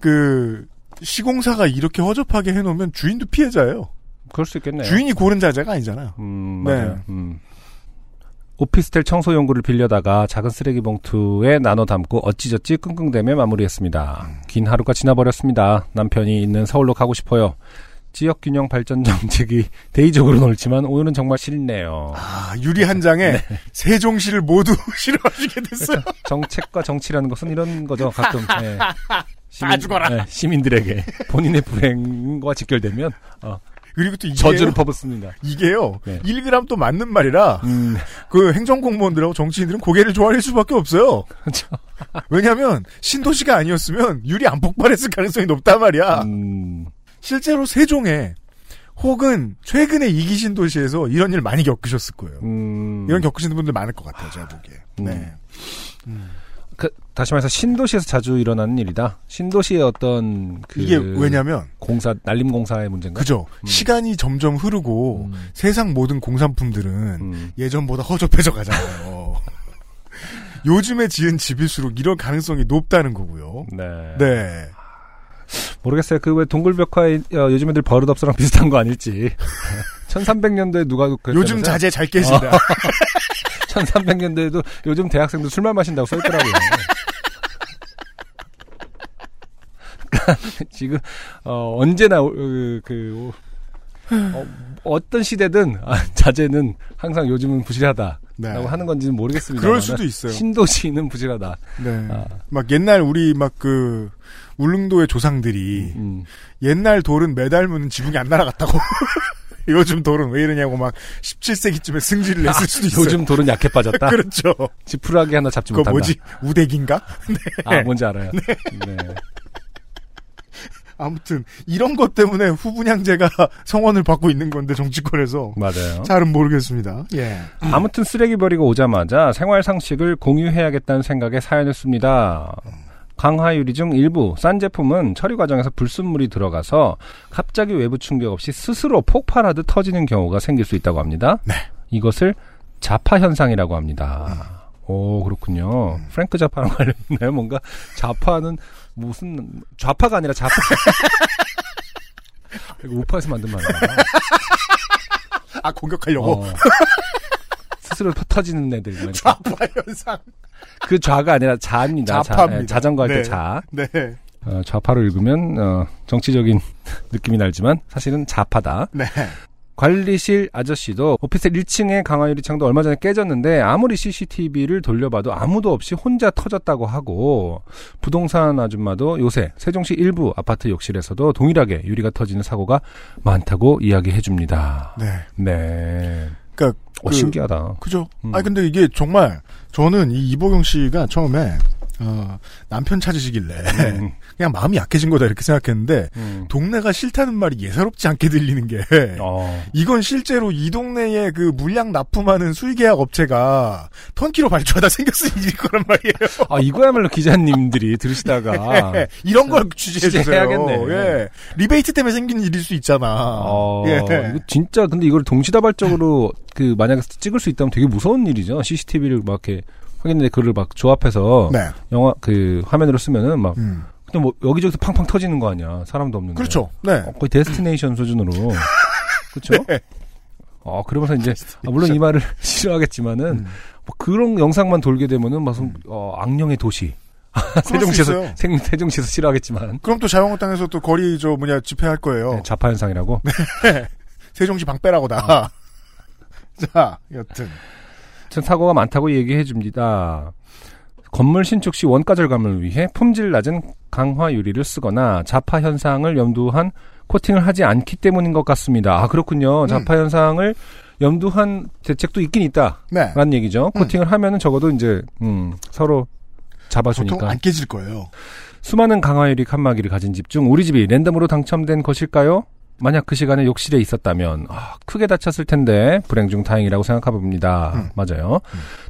그 시공사가 이렇게 허접하게 해놓으면 주인도 피해자예요. 그럴 수 있겠네요. 주인이 고른 자재가 아니잖아요. 음, 네. 맞아요. 음. 오피스텔 청소 용구를 빌려다가 작은 쓰레기 봉투에 나눠 담고 어찌저찌 끙끙대며 마무리했습니다. 긴 하루가 지나버렸습니다. 남편이 있는 서울로 가고 싶어요. 지역 균형 발전 정책이 대의적으로 넓지만 오늘은 정말 싫네요. 아 유리 한 장에 네. 세종시를 모두 싫어하시게 됐어요. 정책과 정치라는 것은 이런 거죠. 가끔 예. 시민, 예, 시민들에게 본인의 불행과 직결되면 어, 그리고 또 이게요. 저주를 퍼붓습니다. 이게요. 네. 음. 1g 또 맞는 말이라 그 행정공무원들하고 정치인들은 고개를 조아릴 수밖에 없어요. 그렇죠. 왜냐하면 신도시가 아니었으면 유리 안 폭발했을 가능성이 높단 말이야. 음, 실제로 세종에 혹은 최근에 이기신 도시에서 이런 일 많이 겪으셨을 거예요. 음. 이런 겪으시는 분들 많을 것 같아요, 제가 보기에. 네. 그, 다시 말해서 신도시에서 자주 일어나는 일이다. 신도시의 어떤 그 음. 이게 왜냐면, 공사 날림 공사의 문제인가? 그죠. 시간이 점점 흐르고 세상 모든 공산품들은 음. 예전보다 허접해져 가잖아요. 요즘에 지은 집일수록 이런 가능성이 높다는 거고요. 네. 네. 모르겠어요. 그 왜 동굴벽화에 어, 요즘 애들 버릇없어랑 비슷한 거 아닐지. 1300년도에 누가 그 요즘 자제 잘 깨진다. 1300년도에도 요즘 대학생들 술만 마신다고 써있더라고요. 그러니까 지금 어, 언제나 어, 그, 그 어, 떤 시대든 아, 자제는 항상 요즘은 부실하다라고 네. 하는 건지는 모르겠습니다. 그럴 수도 있어요. 신도시는 부실하다. 네. 아. 막 옛날 우리 막 그 울릉도의 조상들이 음. 옛날 돌은 매달면 지붕이 안 날아갔다고. 요즘 돌은 왜 이러냐고 막 17세기쯤에 승질을 냈을 수도 있어요. 아, 요즘 돌은 약해 빠졌다. 그렇죠. 지푸라기 하나 잡지 그거 못한다. 뭐지? 우대기인가? 아 뭔지 알아요. 네. 아무튼 이런 것 때문에 후분양제가 성원을 받고 있는 건데 정치권에서 맞아요. 잘은 모르겠습니다. 예. 아무튼 쓰레기 버리고 오자마자 생활 상식을 공유해야겠다는 생각에 사연을 씁니다. 강화 유리 중 일부 싼 제품은 처리 과정에서 불순물이 들어가서 갑자기 외부 충격 없이 스스로 폭발하듯 터지는 경우가 생길 수 있다고 합니다. 네. 이것을 자파 현상이라고 합니다. 오 그렇군요. 프랭크 자파랑 관련 있나요? 뭔가 자파는 무슨 좌파가 아니라 자파. 이거 우파에서 만든 말이야. 아 어. 공격하려고 스스로 터지는 애들. 막 이렇게. 좌파 아, 현상. 그 좌가 아니라 자입니다. 자, 자파입니다. 예, 자전거 할 때 네. 자. 네. 어, 좌파로 읽으면 어, 정치적인 느낌이 날지만 사실은 자파다. 네. 관리실 아저씨도 오피스텔 1층의 강화유리창도 얼마 전에 깨졌는데 아무리 CCTV를 돌려봐도 아무도 없이 혼자 터졌다고 하고 부동산 아줌마도 요새 세종시 일부 아파트 욕실에서도 동일하게 유리가 터지는 사고가 많다고 이야기해줍니다. 네. 네. 그러니까 어, 그- 신기하다. 그죠. 음. 아 근데 이게 정말 저는 이 이보경 씨가 처음에 어, 남편 찾으시길래 음. 그냥 마음이 약해진 거다 이렇게 생각했는데 음. 동네가 싫다는 말이 예사롭지 않게 들리는 게 어. 이건 실제로 이 동네에 그 물량 납품하는 수의계약 업체가 턴키로 발주하다 생겼을 일일 거란 말이에요. 아, 이거야말로 기자님들이 들으시다가 이런 걸 취재해 주세요. 아, 취재해야겠네. 예. 리베이트 때문에 생긴 일일 수 있잖아. 어, 예. 이거 진짜 근데 이걸 동시다발적으로 그 만약에 찍을 수 있다면 되게 무서운 일이죠. CCTV를 막 이렇게 확인했는데 그를 막 조합해서 네. 영화 그 화면으로 쓰면은 막 음. 그냥 뭐 여기저기서 팡팡 터지는 거 아니야. 사람도 없는데. 그렇죠. 네. 어, 거의 데스티네이션 수준으로. 그렇죠? 어, 그러면서 이제 아, 물론 이 말을 싫어하겠지만은 음. 뭐 그런 영상만 돌게 되면은 막 음. 어, 악령의 도시. 세종시에서 있어요. 생, 세종시에서 싫어하겠지만 그럼 또 자유한국당에서 또 거리 저 뭐냐 집회할 거예요. 네, 자파 현상이라고. 세종시 어. 방패라고다. 자, 여튼. 전 사고가 많다고 얘기해 줍니다. 건물 신축 시 원가 절감을 위해 품질 낮은 강화 유리를 쓰거나 자파 현상을 염두한 코팅을 하지 않기 때문인 것 같습니다. 아 그렇군요. 음. 자파 현상을 염두한 대책도 있긴 있다라는 네. 얘기죠. 코팅을 하면은 적어도 이제 음, 서로 보통 잡아주니까 안 깨질 거예요. 수많은 강화 유리 칸막이를 가진 집 중 우리 집이 랜덤으로 당첨된 것일까요? 만약 그 시간에 욕실에 있었다면 아, 크게 다쳤을 텐데 불행 중 다행이라고 생각해봅니다. 음. 맞아요.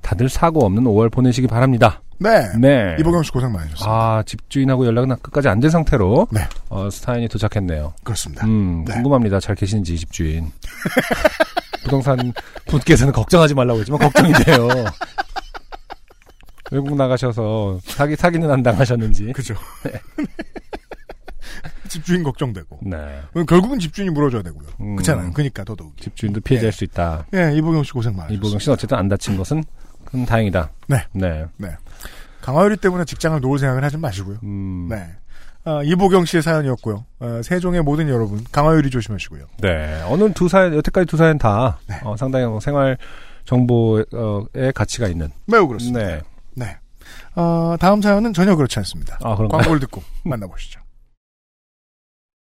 다들 사고 없는 5월 보내시기 바랍니다. 네. 네. 이보경 씨 고생 많으셨습니다. 아 집주인하고 연락은 끝까지 안 된 상태로 네. 어, 스타인이 도착했네요. 그렇습니다. 음, 네. 궁금합니다. 잘 계시는지 집주인. 부동산 분께서는 걱정하지 말라고 했지만 걱정이 돼요. 외국 나가셔서 사기 사기는 안 당하셨는지. 그죠. 집주인 걱정되고. 네. 결국은 집주인이 물어줘야 되고요. 음. 그렇잖아요. 그니까 더더욱이. 집주인도 피해자일 수 있다. 예, 이보경 씨 고생 많으셨습니다. 이보경 씨는 어쨌든 안 다친 것은 큰 다행이다. 네. 네. 강화유리 때문에 직장을 놓을 생각은 하지 마시고요. 음, 네. 아, 이보경 씨의 사연이었고요. 아, 세종의 모든 여러분, 강화유리 조심하시고요. 네. 오늘 두 사연, 여태까지 두 사연 다 네. 어, 상당히 생활 정보의 어, 의 가치가 있는. 매우 그렇습니다. 네. 네. 어, 다음 사연은 전혀 그렇지 않습니다. 아, 그런가요? 광고를 듣고 만나보시죠.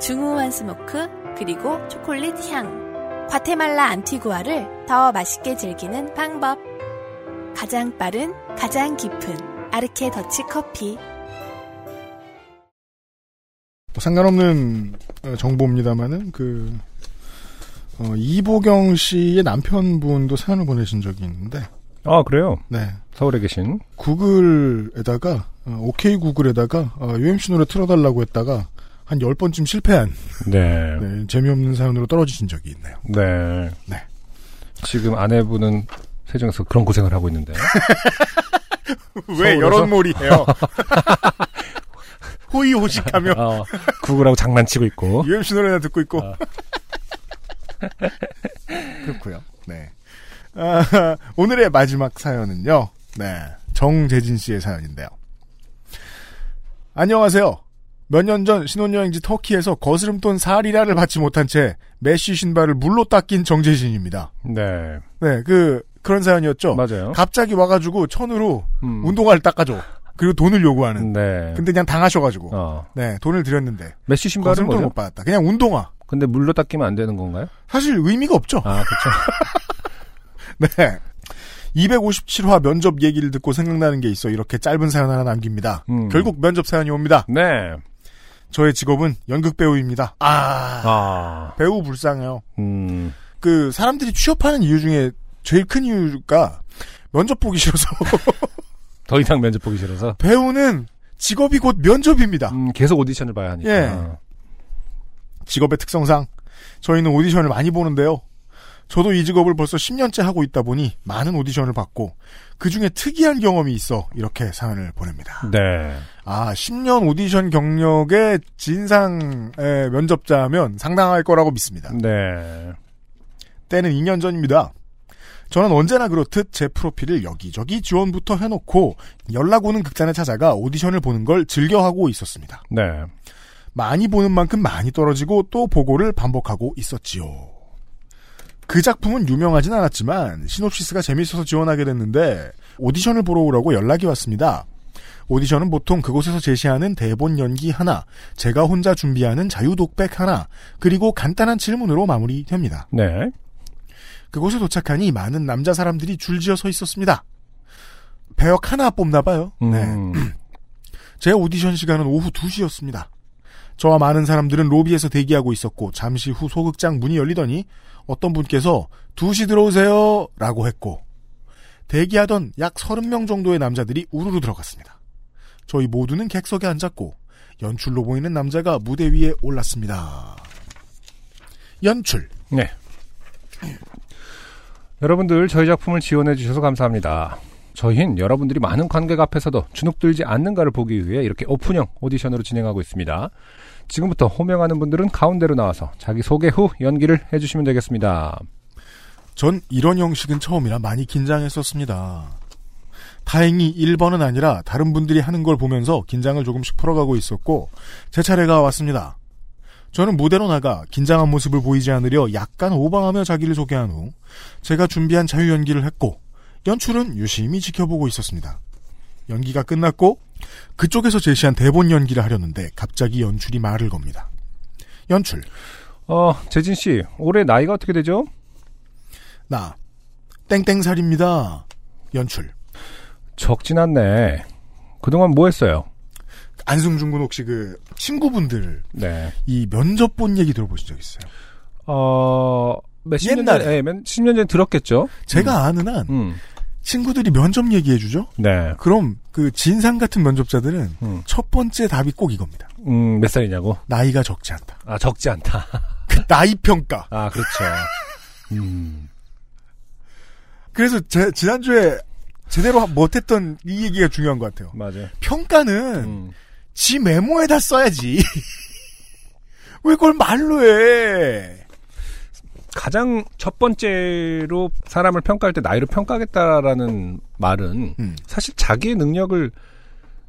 중후한 스모크 그리고 초콜릿 향 과테말라 안티구아를 더 맛있게 즐기는 방법 가장 빠른 가장 깊은 아르케 더치 커피 뭐 상관없는 어, 정보입니다만은 그 어, 이보경 씨의 남편분도 사연을 보내신 적이 있는데, 아, 그래요? 네 서울에 계신. 구글에다가 어, OK 구글에다가 어, UMC 노래 틀어달라고 했다가 한 열 번쯤 실패한 네. 네. 네, 재미없는 사연으로 떨어지신 적이 있네요. 네. 지금 아내분은 세종에서 그런 고생을 하고 있는데. 서울에서? 여론몰이해요? 호의호식하며 어, 구글하고 장난치고 있고. UMC 노래나 듣고 있고. 아. 그렇고요. 네. 아, 오늘의 마지막 사연은요. 네. 정재진 씨의 사연인데요. 안녕하세요. 몇 년 전 신혼여행지 터키에서 거스름돈 4리라를 받지 못한 채 메쉬 신발을 물로 닦인 정재진입니다. 네. 네, 그 그런 사연이었죠. 맞아요. 갑자기 와가지고 천으로 음. 운동화를 닦아줘. 그리고 돈을 요구하는. 네. 근데 그냥 당하셔가지고. 어. 네, 돈을 드렸는데 메쉬 신발은 거스름돈 뭐죠? 못 받았다. 그냥 운동화. 근데 물로 닦이면 안 되는 건가요? 사실 의미가 없죠. 아, 그렇죠. 네. 257화 면접 얘기를 듣고 생각나는 게 있어 이렇게 짧은 사연 하나 남깁니다. 음. 결국 면접 사연이 옵니다. 네. 저의 직업은 연극 배우입니다. 아, 아. 배우 불쌍해요. 음. 그 사람들이 취업하는 이유 중에 제일 큰 이유가 면접 보기 싫어서 더 이상 면접 보기 싫어서. 배우는 직업이 곧 면접입니다. 음, 계속 오디션을 봐야 하니까. 예. 직업의 특성상 저희는 오디션을 많이 보는데요. 저도 이 직업을 벌써 10년째 하고 있다 보니 많은 오디션을 받고 그 중에 특이한 경험이 있어 이렇게 사연을 보냅니다. 네. 아, 10년 오디션 경력의 진상 에, 면접자면 상당할 거라고 믿습니다. 네. 때는 2년 전입니다. 저는 언제나 그렇듯 제 프로필을 여기저기 지원부터 해놓고 연락 오는 극단에 찾아가 오디션을 보는 걸 즐겨하고 있었습니다. 네. 많이 보는 만큼 많이 떨어지고 또 보고를 반복하고 있었지요. 그 작품은 유명하진 않았지만 시놉시스가 재밌어서 지원하게 됐는데 오디션을 보러 오라고 연락이 왔습니다. 오디션은 보통 그곳에서 제시하는 대본 연기 하나, 제가 혼자 준비하는 자유 독백 하나, 그리고 간단한 질문으로 마무리됩니다. 네. 그곳에 도착하니 많은 남자 사람들이 줄지어 서 있었습니다. 배역 하나 뽑나 봐요. 음. 네. 제 오디션 시간은 오후 2시였습니다. 저와 많은 사람들은 로비에서 대기하고 있었고 잠시 후 소극장 문이 열리더니 어떤 분께서 2시 들어오세요 라고 했고 대기하던 약 30명 정도의 남자들이 우르르 들어갔습니다. 저희 모두는 객석에 앉았고 연출로 보이는 남자가 무대 위에 올랐습니다. 연출 네. 여러분들 저희 작품을 지원해 주셔서 감사합니다. 저희는 여러분들이 많은 관객 앞에서도 주눅들지 않는가를 보기 위해 이렇게 오픈형 오디션으로 진행하고 있습니다. 지금부터 호명하는 분들은 가운데로 나와서 자기 소개 후 연기를 해주시면 되겠습니다. 전 이런 형식은 처음이라 많이 긴장했었습니다. 다행히 1번은 아니라 다른 분들이 하는 걸 보면서 긴장을 조금씩 풀어가고 있었고 제 차례가 왔습니다. 저는 무대로 나가 긴장한 모습을 보이지 않으려 약간 오방하며 자기를 소개한 후 제가 준비한 자유 연기를 했고 연출은 유심히 지켜보고 있었습니다. 연기가 끝났고 그쪽에서 제시한 대본 연기를 하려는데 갑자기 연출이 말을 겁니다. 연출 어, 재진 씨, 올해 나이가 어떻게 되죠? 나 땡땡살입니다. 연출 적진 않네. 그동안 뭐 했어요? 안승준 군 혹시 그 친구분들 네. 이 면접 본 얘기 들어보신 적 있어요? 어, 몇십 년 옛날에. 전에, 예, 몇- 10년 전에 들었겠죠? 제가 아는 한 음. 친구들이 면접 얘기해 주죠. 네. 그럼 그 진상 같은 면접자들은 음. 첫 번째 답이 꼭 이겁니다. 음, 몇 살이냐고? 나이가 적지 않다. 아, 적지 않다. 그 나이 평가. 아, 그렇죠. 음. 그래서 제- 지난주에 제대로 하- 못했던 이 얘기가 중요한 것 같아요. 맞아요. 평가는 음. 지 메모에다 써야지. 왜 그걸 말로 해? 가장 첫 번째로 사람을 평가할 때 나이로 평가하겠다라는 말은 음. 사실 자기의 능력을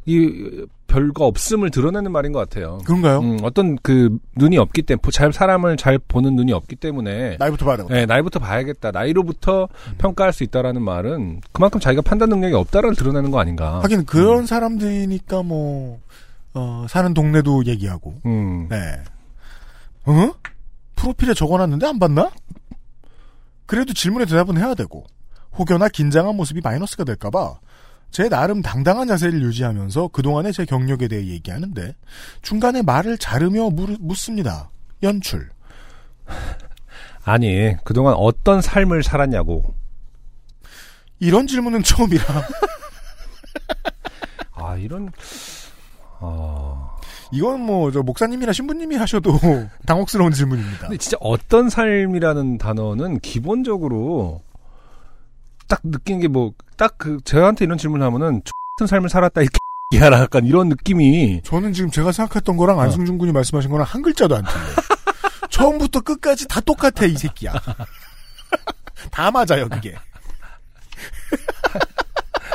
이 별거 없음을 드러내는 말인 것 같아요. 그런가요? 음, 어떤 그 눈이 없기 때문에 잘 사람을 잘 보는 눈이 없기 때문에 나이부터 봐야 되고. 네, 나이부터 봐야겠다. 나이로부터 음. 평가할 수 있다라는 말은 그만큼 자기가 판단 능력이 없다를 드러내는 거 아닌가. 하긴 그런 사람들이니까 뭐 어, 사는 동네도 얘기하고 음. 네. 어? 프로필에 적어놨는데 안 봤나? 그래도 질문에 대답은 해야 되고 혹여나 긴장한 모습이 마이너스가 될까봐 제 나름 당당한 자세를 유지하면서 그동안의 제 경력에 대해 얘기하는데 중간에 말을 자르며 물- 묻습니다. 연출. 아니, 그동안 어떤 삶을 살았냐고. 이런 질문은 처음이라 아, 이런, 어. 이건 뭐 저 목사님이나 신부님이 하셔도 당혹스러운 질문입니다. 근데 진짜 어떤 삶이라는 단어는 기본적으로 딱 느낀 게 뭐, 딱 그, 저한테 이런 질문 하면은 X 같은 삶을 살았다, 이렇게. 야, 약간 이런 느낌이. 저는 지금 제가 생각했던 어. 거랑 안승준 군이 말씀하신 거랑 한 글자도 안 틀려요. 처음부터 끝까지 다 똑같아, 이 새끼야. 다 맞아요, 그게.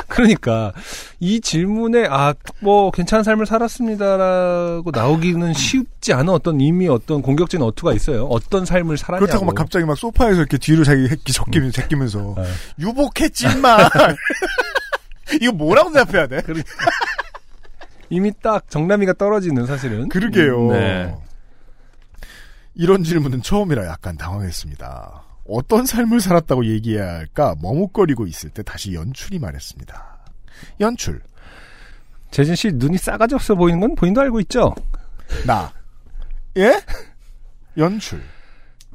그러니까, 이 질문에, 아, 뭐, 괜찮은 삶을 살았습니다라고 나오기는 쉽지 않은 어떤 이미 어떤 공격적인 어투가 있어요. 어떤 삶을 살았냐고. 그렇다고 막 갑자기 막 소파에서 이렇게 뒤로 자기 새끼 음. 적기면, 제끼면서. 어. 유복했지, 마 이거 뭐라고 대답해야 돼? 이미 딱 정남이가 떨어지는 사실은. 그러게요. 음, 네. 이런 질문은 처음이라 약간 당황했습니다. 어떤 삶을 살았다고 얘기해야 할까 머뭇거리고 있을 때 다시 연출이 말했습니다. 연출. 재진 씨 눈이 싸가지 없어 보이는 건 본인도 알고 있죠? 나. 예? 연출.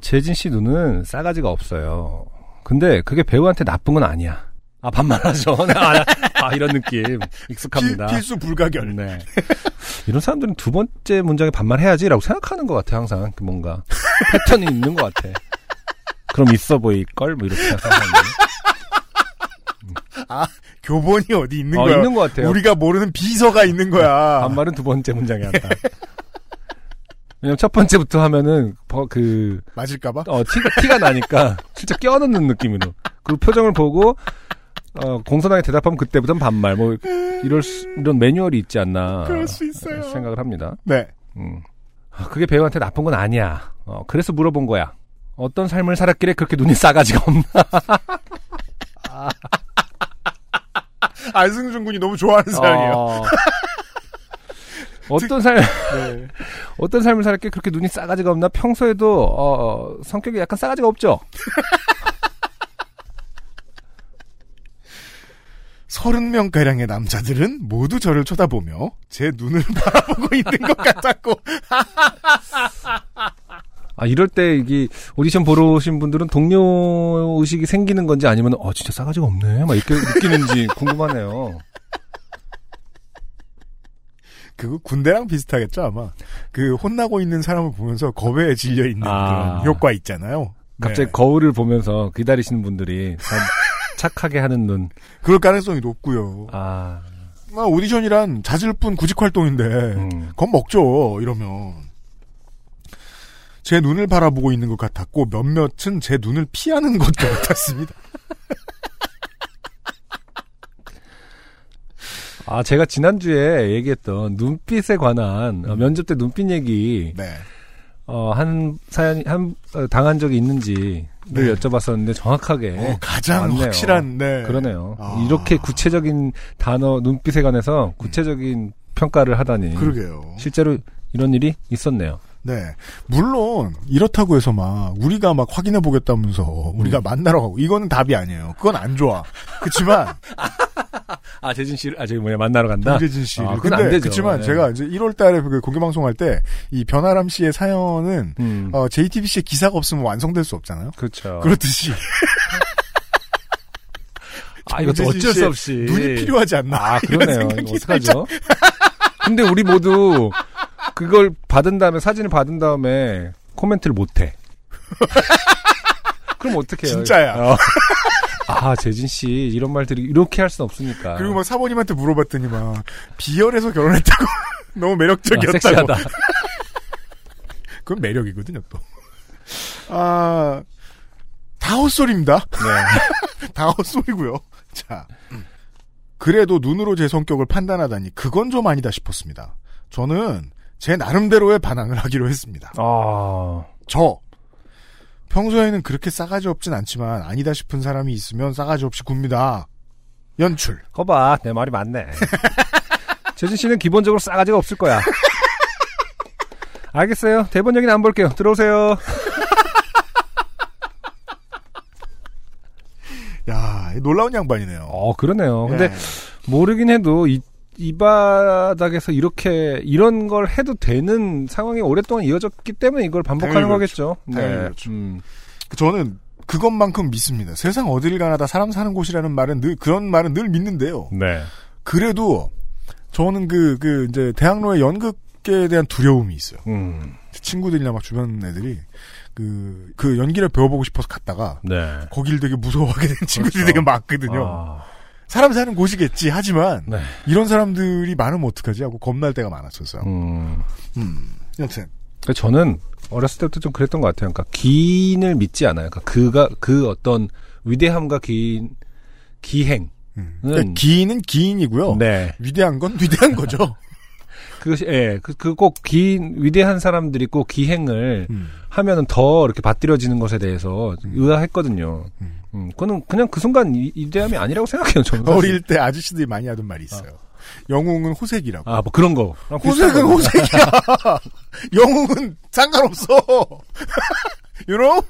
재진 씨 눈은 싸가지가 없어요. 근데 그게 배우한테 나쁜 건 아니야. 아, 반말하죠. 아, 나- 아, 이런 느낌. 익숙합니다. 필, 수 불가결. 네. 이런 사람들은 두 번째 문장에 반말해야지라고 생각하는 것 같아, 항상. 그 뭔가. 패턴이 있는 것 같아. 그럼 있어 보일걸? 뭐 이렇게 생각하는데. 교본이 어디 있는 어, 거야? 있는 것 같아요. 우리가 모르는 비서가 있는 거야. 반말은 두 번째 문장에 한다. 왜냐면 첫 번째부터 하면은 버- 그 맞을까봐? 어, 티, 티가 나니까 진짜 껴넣는 느낌으로 그 표정을 보고 어, 공손하게 대답하면 그때부터는 반말 뭐 이럴 수- 이런 매뉴얼이 있지 않나 그럴 수 있어요. 생각을 합니다. 네. 음. 아, 그게 배우한테 나쁜 건 아니야. 어, 그래서 물어본 거야. 어떤 삶을 살았길래 그렇게 눈이 싸가지가 없나? 어. 안승준 군이 너무 좋아하는 사람이에요. 어. 어떤 삶 네. 어떤 삶을 살았기에 그렇게 눈이 싸가지가 없나? 평소에도 어, 어, 성격이 약간 싸가지가 없죠. 서른 명 가량의 남자들은 모두 저를 쳐다보며 제 눈을 바라보고 있는 것 같았고 아 이럴 때 이게 오디션 보러 오신 분들은 동료 의식이 생기는 건지 아니면 어 진짜 싸가지가 없네 막 이렇게 느끼는지 궁금하네요. 그거 군대랑 비슷하겠죠 아마 그 혼나고 있는 사람을 보면서 겁에 질려 있는 아. 그런 효과 있잖아요. 갑자기 네. 거울을 보면서 기다리시는 분들이 참 착하게 하는 눈. 그럴 가능성이 높고요. 아, 아, 오디션이란 잦을 뿐 구직 활동인데 음. 겁 먹죠 이러면 제 눈을 바라보고 있는 것 같았고 몇몇은 제 눈을 피하는 것도 같았습니다. 아 제가 지난 주에 얘기했던 눈빛에 관한 어, 면접 때 눈빛 얘기 네. 어 한 사연 한 어, 당한 적이 있는지를 네. 여쭤봤었는데 정확하게 어, 가장 맞네요. 확실한 네. 그러네요. 아. 이렇게 구체적인 단어 눈빛에 관해서 구체적인 평가를 하다니. 그러게요. 실제로 이런 일이 있었네요. 네. 물론 이렇다고 해서 막 우리가 막 확인해 보겠다면서 음. 우리가 만나러 가고 이거는 답이 아니에요. 그건 안 좋아. 그렇지만 아 재진 씨를 아 저기 뭐냐 만나러 간다. 김재진 씨. 아, 그건 근데 안 되죠. 그렇지만 네. 제가 이제 1월 달에 그 공개 방송할 때 이 변아람 씨의 사연은 음, 어, JTBC의 기사가 없으면 완성될 수 없잖아요. 그렇죠. 그렇듯이 아 이것도 김재진 어쩔 씨의 수 없이 눈이 필요하지 않나. 예. 아 그러네요. 이런 이거 생각이 어떡하죠? 근데 우리 모두 그걸 받은 다음에 사진을 받은 다음에 코멘트를 못 해. 그럼 어떻게 해요? 진짜야. 아 재진 씨 이런 말들이 이렇게 할 수는 없으니까. 그리고 막 사모님한테 물어봤더니 막 비열해서 결혼했다고 너무 매력적이었다고. 아, 섹시하다. 그건 매력이거든요 또. 아. 다 헛소리입니다. 네. 다 헛소리고요. 자, 그래도 눈으로 제 성격을 판단하다니 그건 좀 아니다 싶었습니다. 저는 제 나름대로의 반항을 하기로 했습니다. 아 저 평소에는 그렇게 싸가지 없진 않지만 아니다 싶은 사람이 있으면 싸가지 없이 굽니다. 연출. 거봐 내 말이 맞네 재진 씨는 기본적으로 싸가지가 없을 거야 알겠어요 대본 얘기는 안 볼게요 들어오세요 야, 놀라운 양반이네요. 어 그러네요 근데 예. 모르긴 해도 이, 이 바닥에서 이렇게 이런 걸 해도 되는 상황이 오랫동안 이어졌기 때문에 이걸 반복하는 당연히 거겠죠 당연히 그렇죠. 음. 저는 그것만큼 믿습니다. 세상 어딜 가나 다 사람 사는 곳이라는 말은 늘 그런 말은 늘 믿는데요. 네. 그래도 저는 그, 그, 이제, 대학로의 연극에 대한 두려움이 있어요. 음. 친구들이나 막 주변 애들이, 그, 그 연기를 배워보고 싶어서 갔다가, 네. 거길 되게 무서워하게 된 친구들이 되게 많거든요. 아, 사람 사는 곳이겠지, 하지만, 네. 이런 사람들이 많으면 어떡하지? 하고 겁날 때가 많았었어요. 음. 음. 여튼, 근데 저는 어렸을 때부터 좀 그랬던 것 같아요. 그러니까 기인을 믿지 않아요. 그러니까 그가 그 어떤 위대함과 기인 기행 음. 음. 그러니까 기인은 기인이고요. 네. 위대한 건 위대한 거죠. 그것이, 예, 그, 그 꼭 긴, 위대한 사람들이 꼭 기행을 음. 하면은 더 이렇게 받들여지는 것에 대해서 의아했거든요. 음. 음, 그거는 그냥 그 순간 이- 위대함이 아니라고 생각해요, 저는. 사실. 어릴 때 아저씨들이 많이 하던 말이 있어요. 영웅은 호색이라고. 아, 뭐 그런 거. 아, 비슷한 호색은 거구나. 호색이야. 영웅은 상관없어. you know?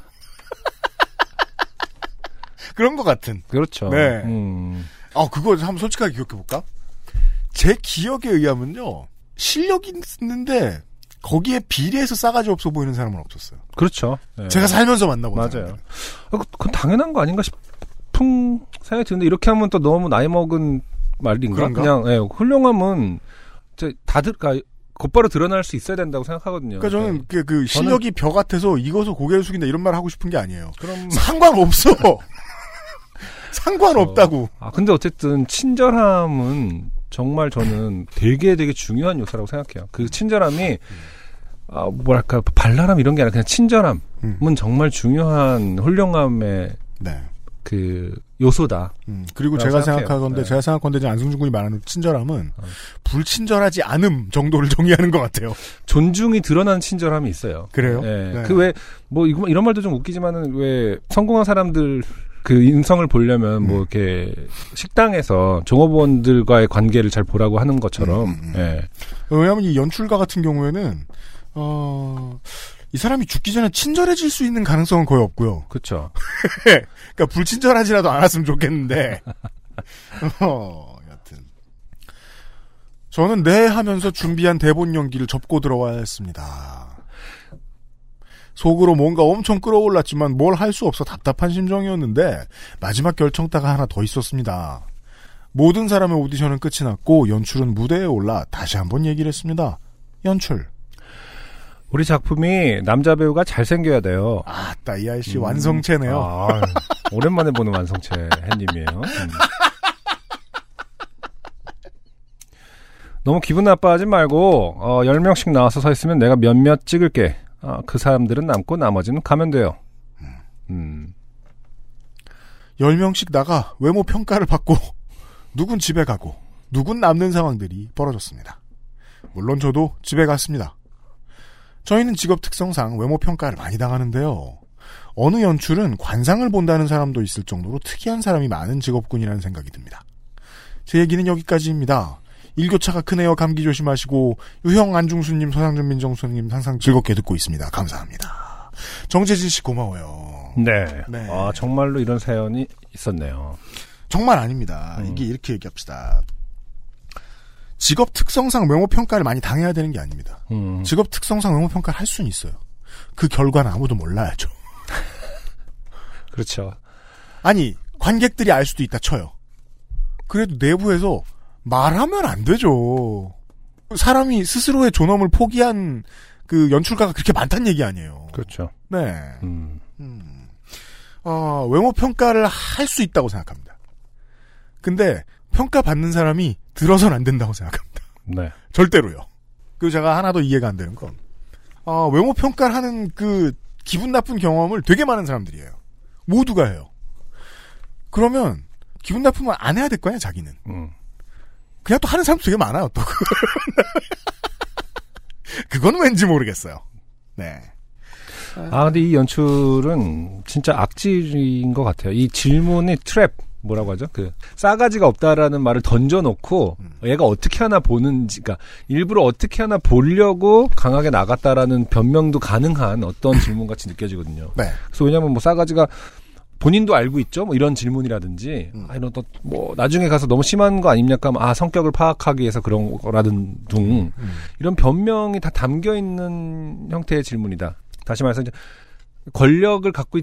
그런 것 같은. 그렇죠. 네. 음. 아, 그거 한번 솔직하게 기억해볼까? 제 기억에 의하면요. 실력이 있는데, 거기에 비례해서 싸가지 없어 보이는 사람은 없었어요. 그렇죠. 네. 제가 살면서 만나본 맞아요. 사람들은. 아, 그- 그건 당연한 거 아닌가 싶은 생각이 드는데 이렇게 하면 또 너무 나이 먹은 말인가? 그런가? 냥 예, 훌륭함은 이제 다들 그러니까 곧바로 드러날 수 있어야 된다고 생각하거든요. 예. 그러니까 저는 그, 그 실력이 벼 같아서 이것을 고개를 숙인다 이런 말 하고 싶은 게 아니에요. 그럼 상관없어. 상관없다고. 아, 근데 어쨌든 친절함은 정말 저는 되게 되게 중요한 요소라고 생각해요. 그 친절함이 아, 뭐랄까 발랄함 이런 게 아니라 그냥 친절함은 음. 정말 중요한 훌륭함의 그 요소다. 네. 음, 그리고 네. 어. 제가 생각하건데 제가 생각건데 이제 안승준 군이 말하는 친절함은 불친절하지 않음 정도를 정의하는 것 같아요. 존중이 드러나는 친절함이 있어요. 그래요? 예. 네. 그왜 뭐 이런 말도 좀 웃기지만은 왜 성공한 사람들 그 인성을 보려면 음. 뭐 이렇게 식당에서 종업원들과의 관계를 잘 보라고 하는 음, 것처럼 예. 왜냐하면 이 연출가 같은 경우에는 어. 이 사람이 죽기 전에 친절해질 수 있는 가능성은 거의 없고요. 그렇죠. 그러니까 불친절하지라도 않았으면 좋겠는데. 어, 여튼 저는 네 하면서 준비한 대본 연기를 접고 들어와야 했습니다. 속으로 뭔가 엄청 끌어올랐지만 뭘 할 수 없어 답답한 심정이었는데 마지막 결정타가 하나 더 있었습니다. 모든 사람의 오디션은 끝이 났고 연출은 무대에 올라 다시 한번 얘기를 했습니다. 연출. 우리 작품이 남자 배우가 잘생겨야 돼요. 아따, 이 아이씨 완성체네요. 아, 오랜만에 보는 완성체 햇님이에요. 음. 너무 기분 나빠하지 말고 어, 10명씩 나와서 서 있으면 내가 몇몇 찍을게. 아, 그 사람들은 남고 나머지는 가면 돼요. 음. 10명씩 나가 외모 평가를 받고 누군 집에 가고 누군 남는 상황들이 벌어졌습니다. 물론 저도 집에 갔습니다. 저희는 직업 특성상 외모 평가를 많이 당하는데요. 어느 연출은 관상을 본다는 사람도 있을 정도로 특이한 사람이 많은 직업군이라는 생각이 듭니다. 제 얘기는 여기까지입니다. 일교차가 크네요. 감기 조심하시고 유형 안중수님, 서상준 민정수님 항상 즐겁게 듣고 있습니다. 감사합니다. 정재진 씨 고마워요. 네. 아, 정말로 이런 사연이 있었네요. 정말 아닙니다. 이게 음. 이렇게 얘기합시다. 직업 특성상 외모 평가를 많이 당해야 되는 게 아닙니다. 음. 직업 특성상 외모 평가를 할 수는 있어요. 그 결과는 아무도 몰라야죠. 그렇죠. 아니 관객들이 알 수도 있다 쳐요. 그래도 내부에서 말하면 안 되죠. 사람이 스스로의 존엄을 포기한 그 연출가가 그렇게 많다는 얘기 아니에요. 그렇죠. 네. 음. 어, 외모 평가를 할 수 있다고 생각합니다. 근데 평가 받는 사람이 들어선 안 된다고 생각합니다. 네. 절대로요. 그리고 제가 하나 더 이해가 안 되는 건 어, 외모 평가를 하는 그 기분 나쁜 경험을 되게 많은 사람들이 해요. 모두가 해요. 그러면 기분 나쁘면 안 해야 될 거야 자기는. 음. 그냥 또 하는 사람 되게 많아요 또. 그건 왠지 모르겠어요. 네. 아, 근데 이 연출은 진짜 악질인 것 같아요. 이 질문이 트랩, 뭐라고 하죠? 그, 싸가지가 없다라는 말을 던져놓고, 얘가 어떻게 하나 보는지, 그니까, 일부러 어떻게 하나 보려고 강하게 나갔다라는 변명도 가능한 어떤 질문 같이 느껴지거든요. 네. 그래서 왜냐면 뭐 싸가지가 본인도 알고 있죠? 뭐 이런 질문이라든지, 아, 이런 또, 뭐, 나중에 가서 너무 심한 거 아닙니까? 하면 아, 성격을 파악하기 위해서 그런 거라든 둥. 이런 변명이 다 담겨 있는 형태의 질문이다. 다시 말해서 이제 권력을 갖고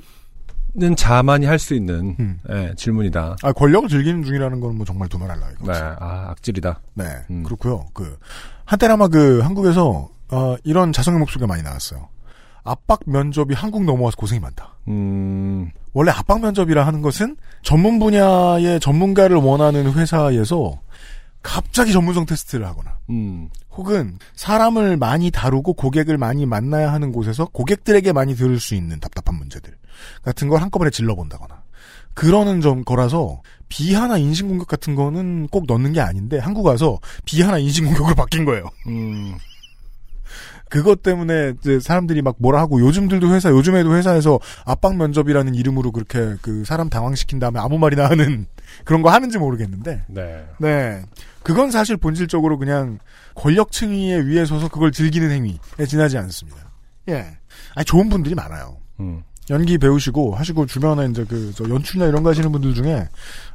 있는 자만이 할 수 있는 음. 예, 질문이다. 아 권력을 즐기는 중이라는 건 뭐 정말 두말할라 이거. 네, 아, 악질이다. 네, 음. 그렇고요. 그 한때 아마 그 한국에서 어, 이런 자성의 목소리가 많이 나왔어요. 압박 면접이 한국 넘어와서 고생이 많다. 음, 원래 압박 면접이라 하는 것은 전문 분야의 전문가를 원하는 회사에서 갑자기 전문성 테스트를 하거나 음, 혹은 사람을 많이 다루고 고객을 많이 만나야 하는 곳에서 고객들에게 많이 들을 수 있는 답답한 문제들 같은 걸 한꺼번에 질러본다거나 그러는 점 거라서 비하나 인신공격 같은 거는 꼭 넣는 게 아닌데 한국 와서 비하나 인신공격으로 바뀐 거예요. 음, 그것 때문에 이제 사람들이 막 뭐라 하고 요즘들도 회사 요즘에도 회사에서 압박 면접이라는 이름으로 그렇게 그 사람 당황시킨 다음에 아무 말이나 하는 그런 거 하는지 모르겠는데 네. 네. 그건 사실 본질적으로 그냥 권력층위에 위에 서서 그걸 즐기는 행위에 지나지 않습니다. 예. 아니, 좋은 분들이 많아요. 음. 연기 배우시고 하시고 주변에 이제 그, 저 연출이나 이런 거 하시는 분들 중에,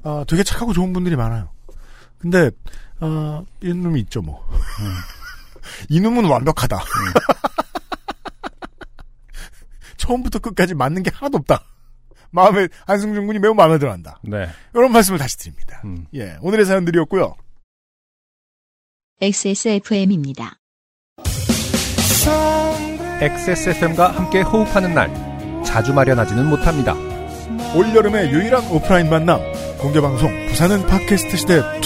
아, 되게 착하고 좋은 분들이 많아요. 근데, 아, 이놈이 있죠, 뭐. 이놈은 완벽하다. 처음부터 끝까지 맞는 게 하나도 없다. 마음에, 안승준 군이 매우 마음에 들어 한다. 네. 이런 말씀을 다시 드립니다. 음. 예, 오늘의 사연들이었고요. XSFM입니다. XSFM과 함께 호흡하는 날. 자주 마련하지는 못합니다. 올여름의 유일한 오프라인 만남 공개방송 부산은 팟캐스트 시대 2 2 2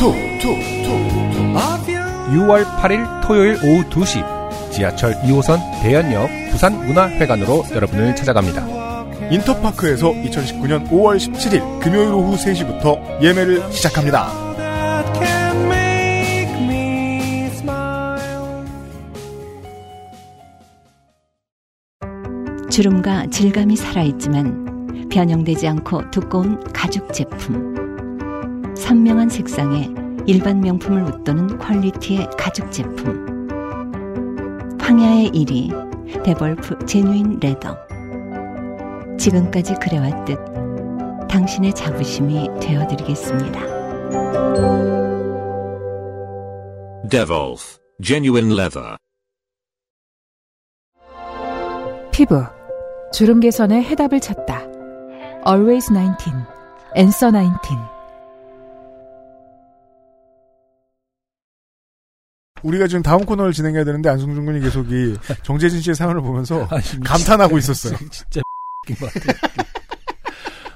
6월 8일 토요일 오후 2시 지하철 2호선 대연역 부산문화회관으로 여러분을 찾아갑니다. 인터파크에서 2019년 5월 17일 금요일 오후 3시부터 예매를 시작합니다. 주름과 질감이 살아있지만 변형되지 않고 두꺼운 가죽 제품. 선명한 색상에 일반 명품을 웃도는 퀄리티의 가죽 제품. 황야의 1위, 데볼프 제뉴인 레더. 지금까지 그래왔듯 당신의 자부심이 되어드리겠습니다. Devolf. Genuine leather. 피부 주름 개선의 해답을 찾다. Always 19. Answer 19. 우리가 지금 다음 코너를 진행해야 되는데 안승준 군이 계속 이 정재진 씨의 사연을 보면서 아, 감탄하고 있었어요. 진짜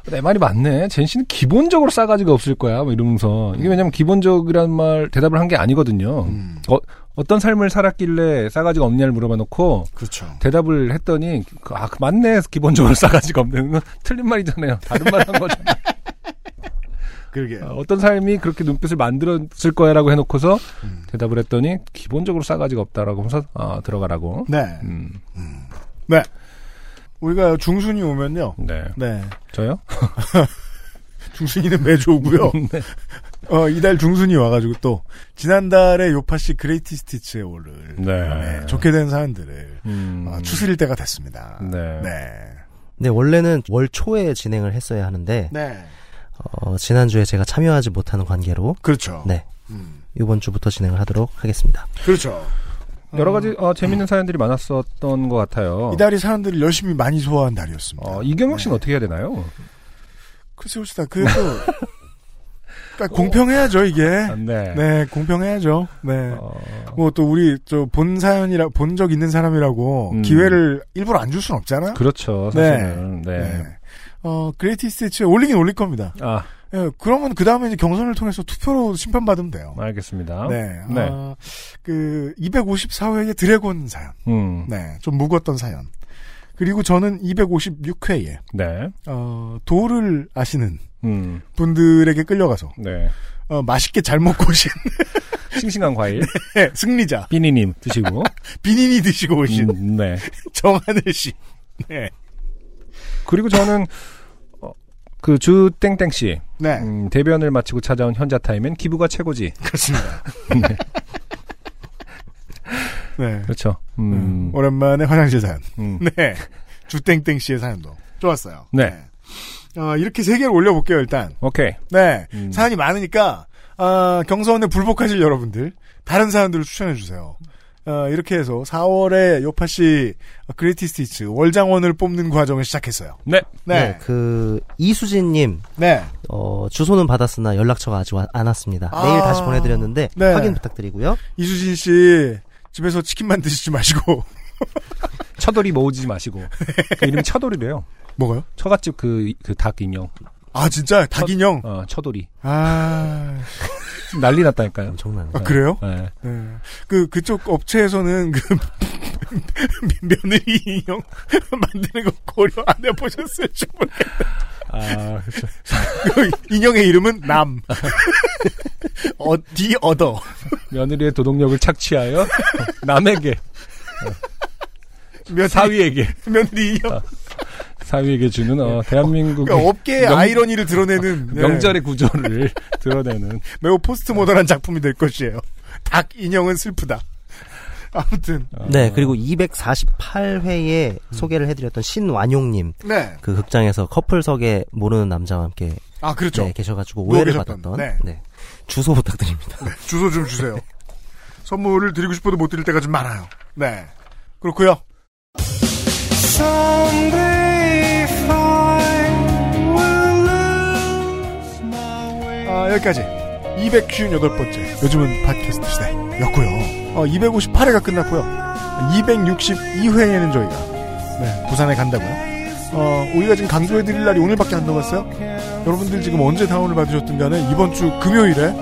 내 말이 맞네. 젠 씨는 기본적으로 싸가지가 없을 거야. 막 이러면서. 음. 이게 왜냐면 기본적이란 말 대답을 한 게 아니거든요. 어, 어떤 삶을 살았길래 싸가지가 없냐를 물어봐 놓고 그렇죠. 대답을 했더니 그, 아, 그 맞네. 기본적으로 싸가지가 없는 건 틀린 말이잖아요. 다른 말 한 거잖아요. 그러게. 어, 어떤 삶이 그렇게 눈빛을 만들었을 거야라고 해놓고서 음. 대답을 했더니 기본적으로 싸가지가 없다라고 해서 아, 들어가라고. 네. 음. 네. 우리가 중순이 오면요. 네. 네. 저요? 중순이는 매주 오고요. 네. 어, 이달 중순이 와가지고 또 지난달에 요파 씨 그레이티 스티치에 오를 네. 네, 좋게 된 사연들을 음. 어, 추스릴 때가 됐습니다. 네. 네, 원래는 월 초에 진행을 했어야 하는데 네. 어, 지난주에 제가 참여하지 못하는 관계로 그렇죠. 네. 이번 주부터 진행을 하도록 하겠습니다. 그렇죠. 여러 가지 어, 재밌는 사연들이 많았었던 것 같아요. 이달이 네. 사람들을 열심히 많이 소화한 달이었습니다. 어, 이경혁 씨는 어떻게 해야 되나요? 글쎄 봅시다. 그래도 그러니까 공평해야죠 이게. 어. 네. 어. 공평해야죠. 네. 뭐 또 우리 저 본 사연이라 본 적 있는 사람이라고 기회를 일부러 안 줄 순 없잖아. 음. 그렇죠. 네. 사실은. 네. 어 그레이티 스티치에 올리긴 올릴 겁니다. 아, 예, 그러면 그 다음에 이제 경선을 통해서 투표로 심판 받으면 돼요. 알겠습니다. 네. 네. 아, 그 254회의 드래곤 사연. 음. 네. 좀 묵었던 사연. 그리고 저는 256회에 네. 어, 도를 아시는 음. 분들에게 끌려가서 네. 어, 맛있게 잘 먹고 오신 싱싱한 과일. 네, 승리자 비니님 드시고. 비니니 드시고 오신 음, 네. 정하늘 씨. 네. 그리고 저는 어, 그 주땡땡 씨 네. 음. 음, 대변을 마치고 찾아온 현자 타임엔 기부가 최고지. 그렇습니다. 네, 네. 그렇죠. 음, 오랜만에 화장실 사연. 음. 네. 주땡땡 씨의 사연도 좋았어요. 네. 어, 이렇게 세 개를 올려볼게요 일단. 오케이. 네. 음. 사연이 많으니까 아, 경선에 불복하실 여러분들 다른 사연들을 추천해 주세요. 어, 이렇게 해서 4월에 요파 씨 어, 그레이티스티츠 월장원을 뽑는 과정을 시작했어요. 네. 네. 그 이수진님 네. 어, 주소는 받았으나 연락처가 아직 와- 안 왔습니다. 내일 아. 다시 보내드렸는데 네. 확인 부탁드리고요. 이수진 씨 집에서 치킨만 드시지 마시고 처돌이 모으지 마시고. 그 이름이 처돌이래요. 뭐가요? 처갓집 그, 그 닭 인형. 아 진짜 닭인형. 어, 처돌이. 아, 지금 난리 났다니까요. 엄청나요. 아, 그래요? 네. 네. 그 그쪽 업체에서는 그 며느리 인형 만드는 거 고려 안 해보셨을지 모르겠어요. 아, 그렇죠. 그 인형의 이름은 남. 어디 얻어. 며느리의 도덕력을 착취하여 남에게, 며느리, 사위에게, 며느리 인형. 사위에게 주는 어, 대한민국의 그러니까 업계의 명- 아이러니를 드러내는 네, 명절의 구조를 드러내는. 매우 포스트 모던한 작품이 될 것이에요. 닭 인형은 슬프다. 아무튼 어. 네, 그리고 248회에 음. 소개를 해드렸던 신완용님 네. 그 극장에서 커플석에 모르는 남자와 함께 아 그렇죠. 네, 계셔가지고 누워 오해를 계셨던, 받았던 네. 네, 주소 부탁드립니다. 주소 좀 주세요. 선물을 드리고 싶어도 못 드릴 때가 좀 많아요. 네. 그렇고요. 아, 여기까지. 258번째. 요즘은 팟캐스트 시대였고요. 어, 258회가 끝났고요. 262회에는 저희가 네, 부산에 간다고요. 어, 우리가 지금 강조해드릴 날이 오늘밖에 안 남았어요. 여러분들 지금 언제 다운을 받으셨든 간에 이번 주 금요일에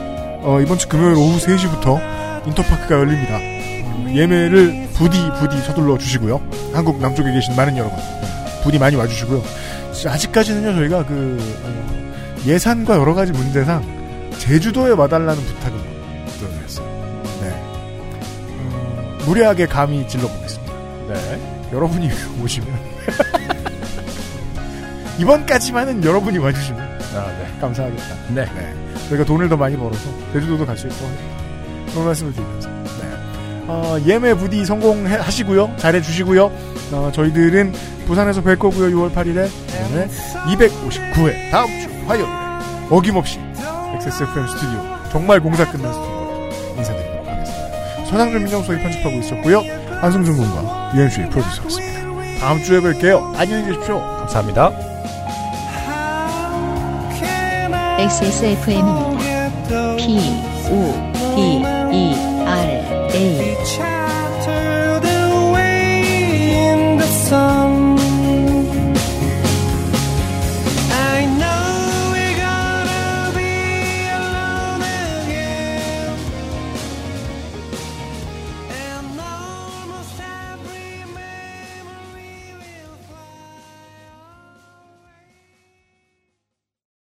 어, 이번 주 금요일 오후 3시부터 인터파크가 열립니다. 어, 예매를 부디 부디 서둘러 주시고요. 한국 남쪽에 계신 많은 여러분 부디 많이 와주시고요. 아직까지는요 저희가 그 어, 예산과 여러 가지 문제상 제주도에 와달라는 부탁을 들어드렸어요. 네. 음, 무례하게 감히 질러보겠습니다. 네. 여러분이 오시면 이번까지만은 여러분이 와주시면 감사하겠다. 네. 저희가 돈을 더 많이 벌어서 제주도도 갈 수 있도록 그런 말씀을 드리면서 네. 어, 예매 부디 성공하시고요. 잘해주시고요. 어, 저희들은 부산에서 뵐 거고요. 6월 8일에 네. 259회 다음 주 화요일에 어김없이 XSFM 스튜디오 정말 공사 끝난 스튜디오 인사드리도록 하겠습니다. 서장준 민정수석이 편집하고 있었고요. 안성준 군과 유현수의 프로듀서였습니다. 다음 주에 뵐게요. 안녕히 계십시오. 감사합니다. XSFM입니다. P, O, D, E, R, A.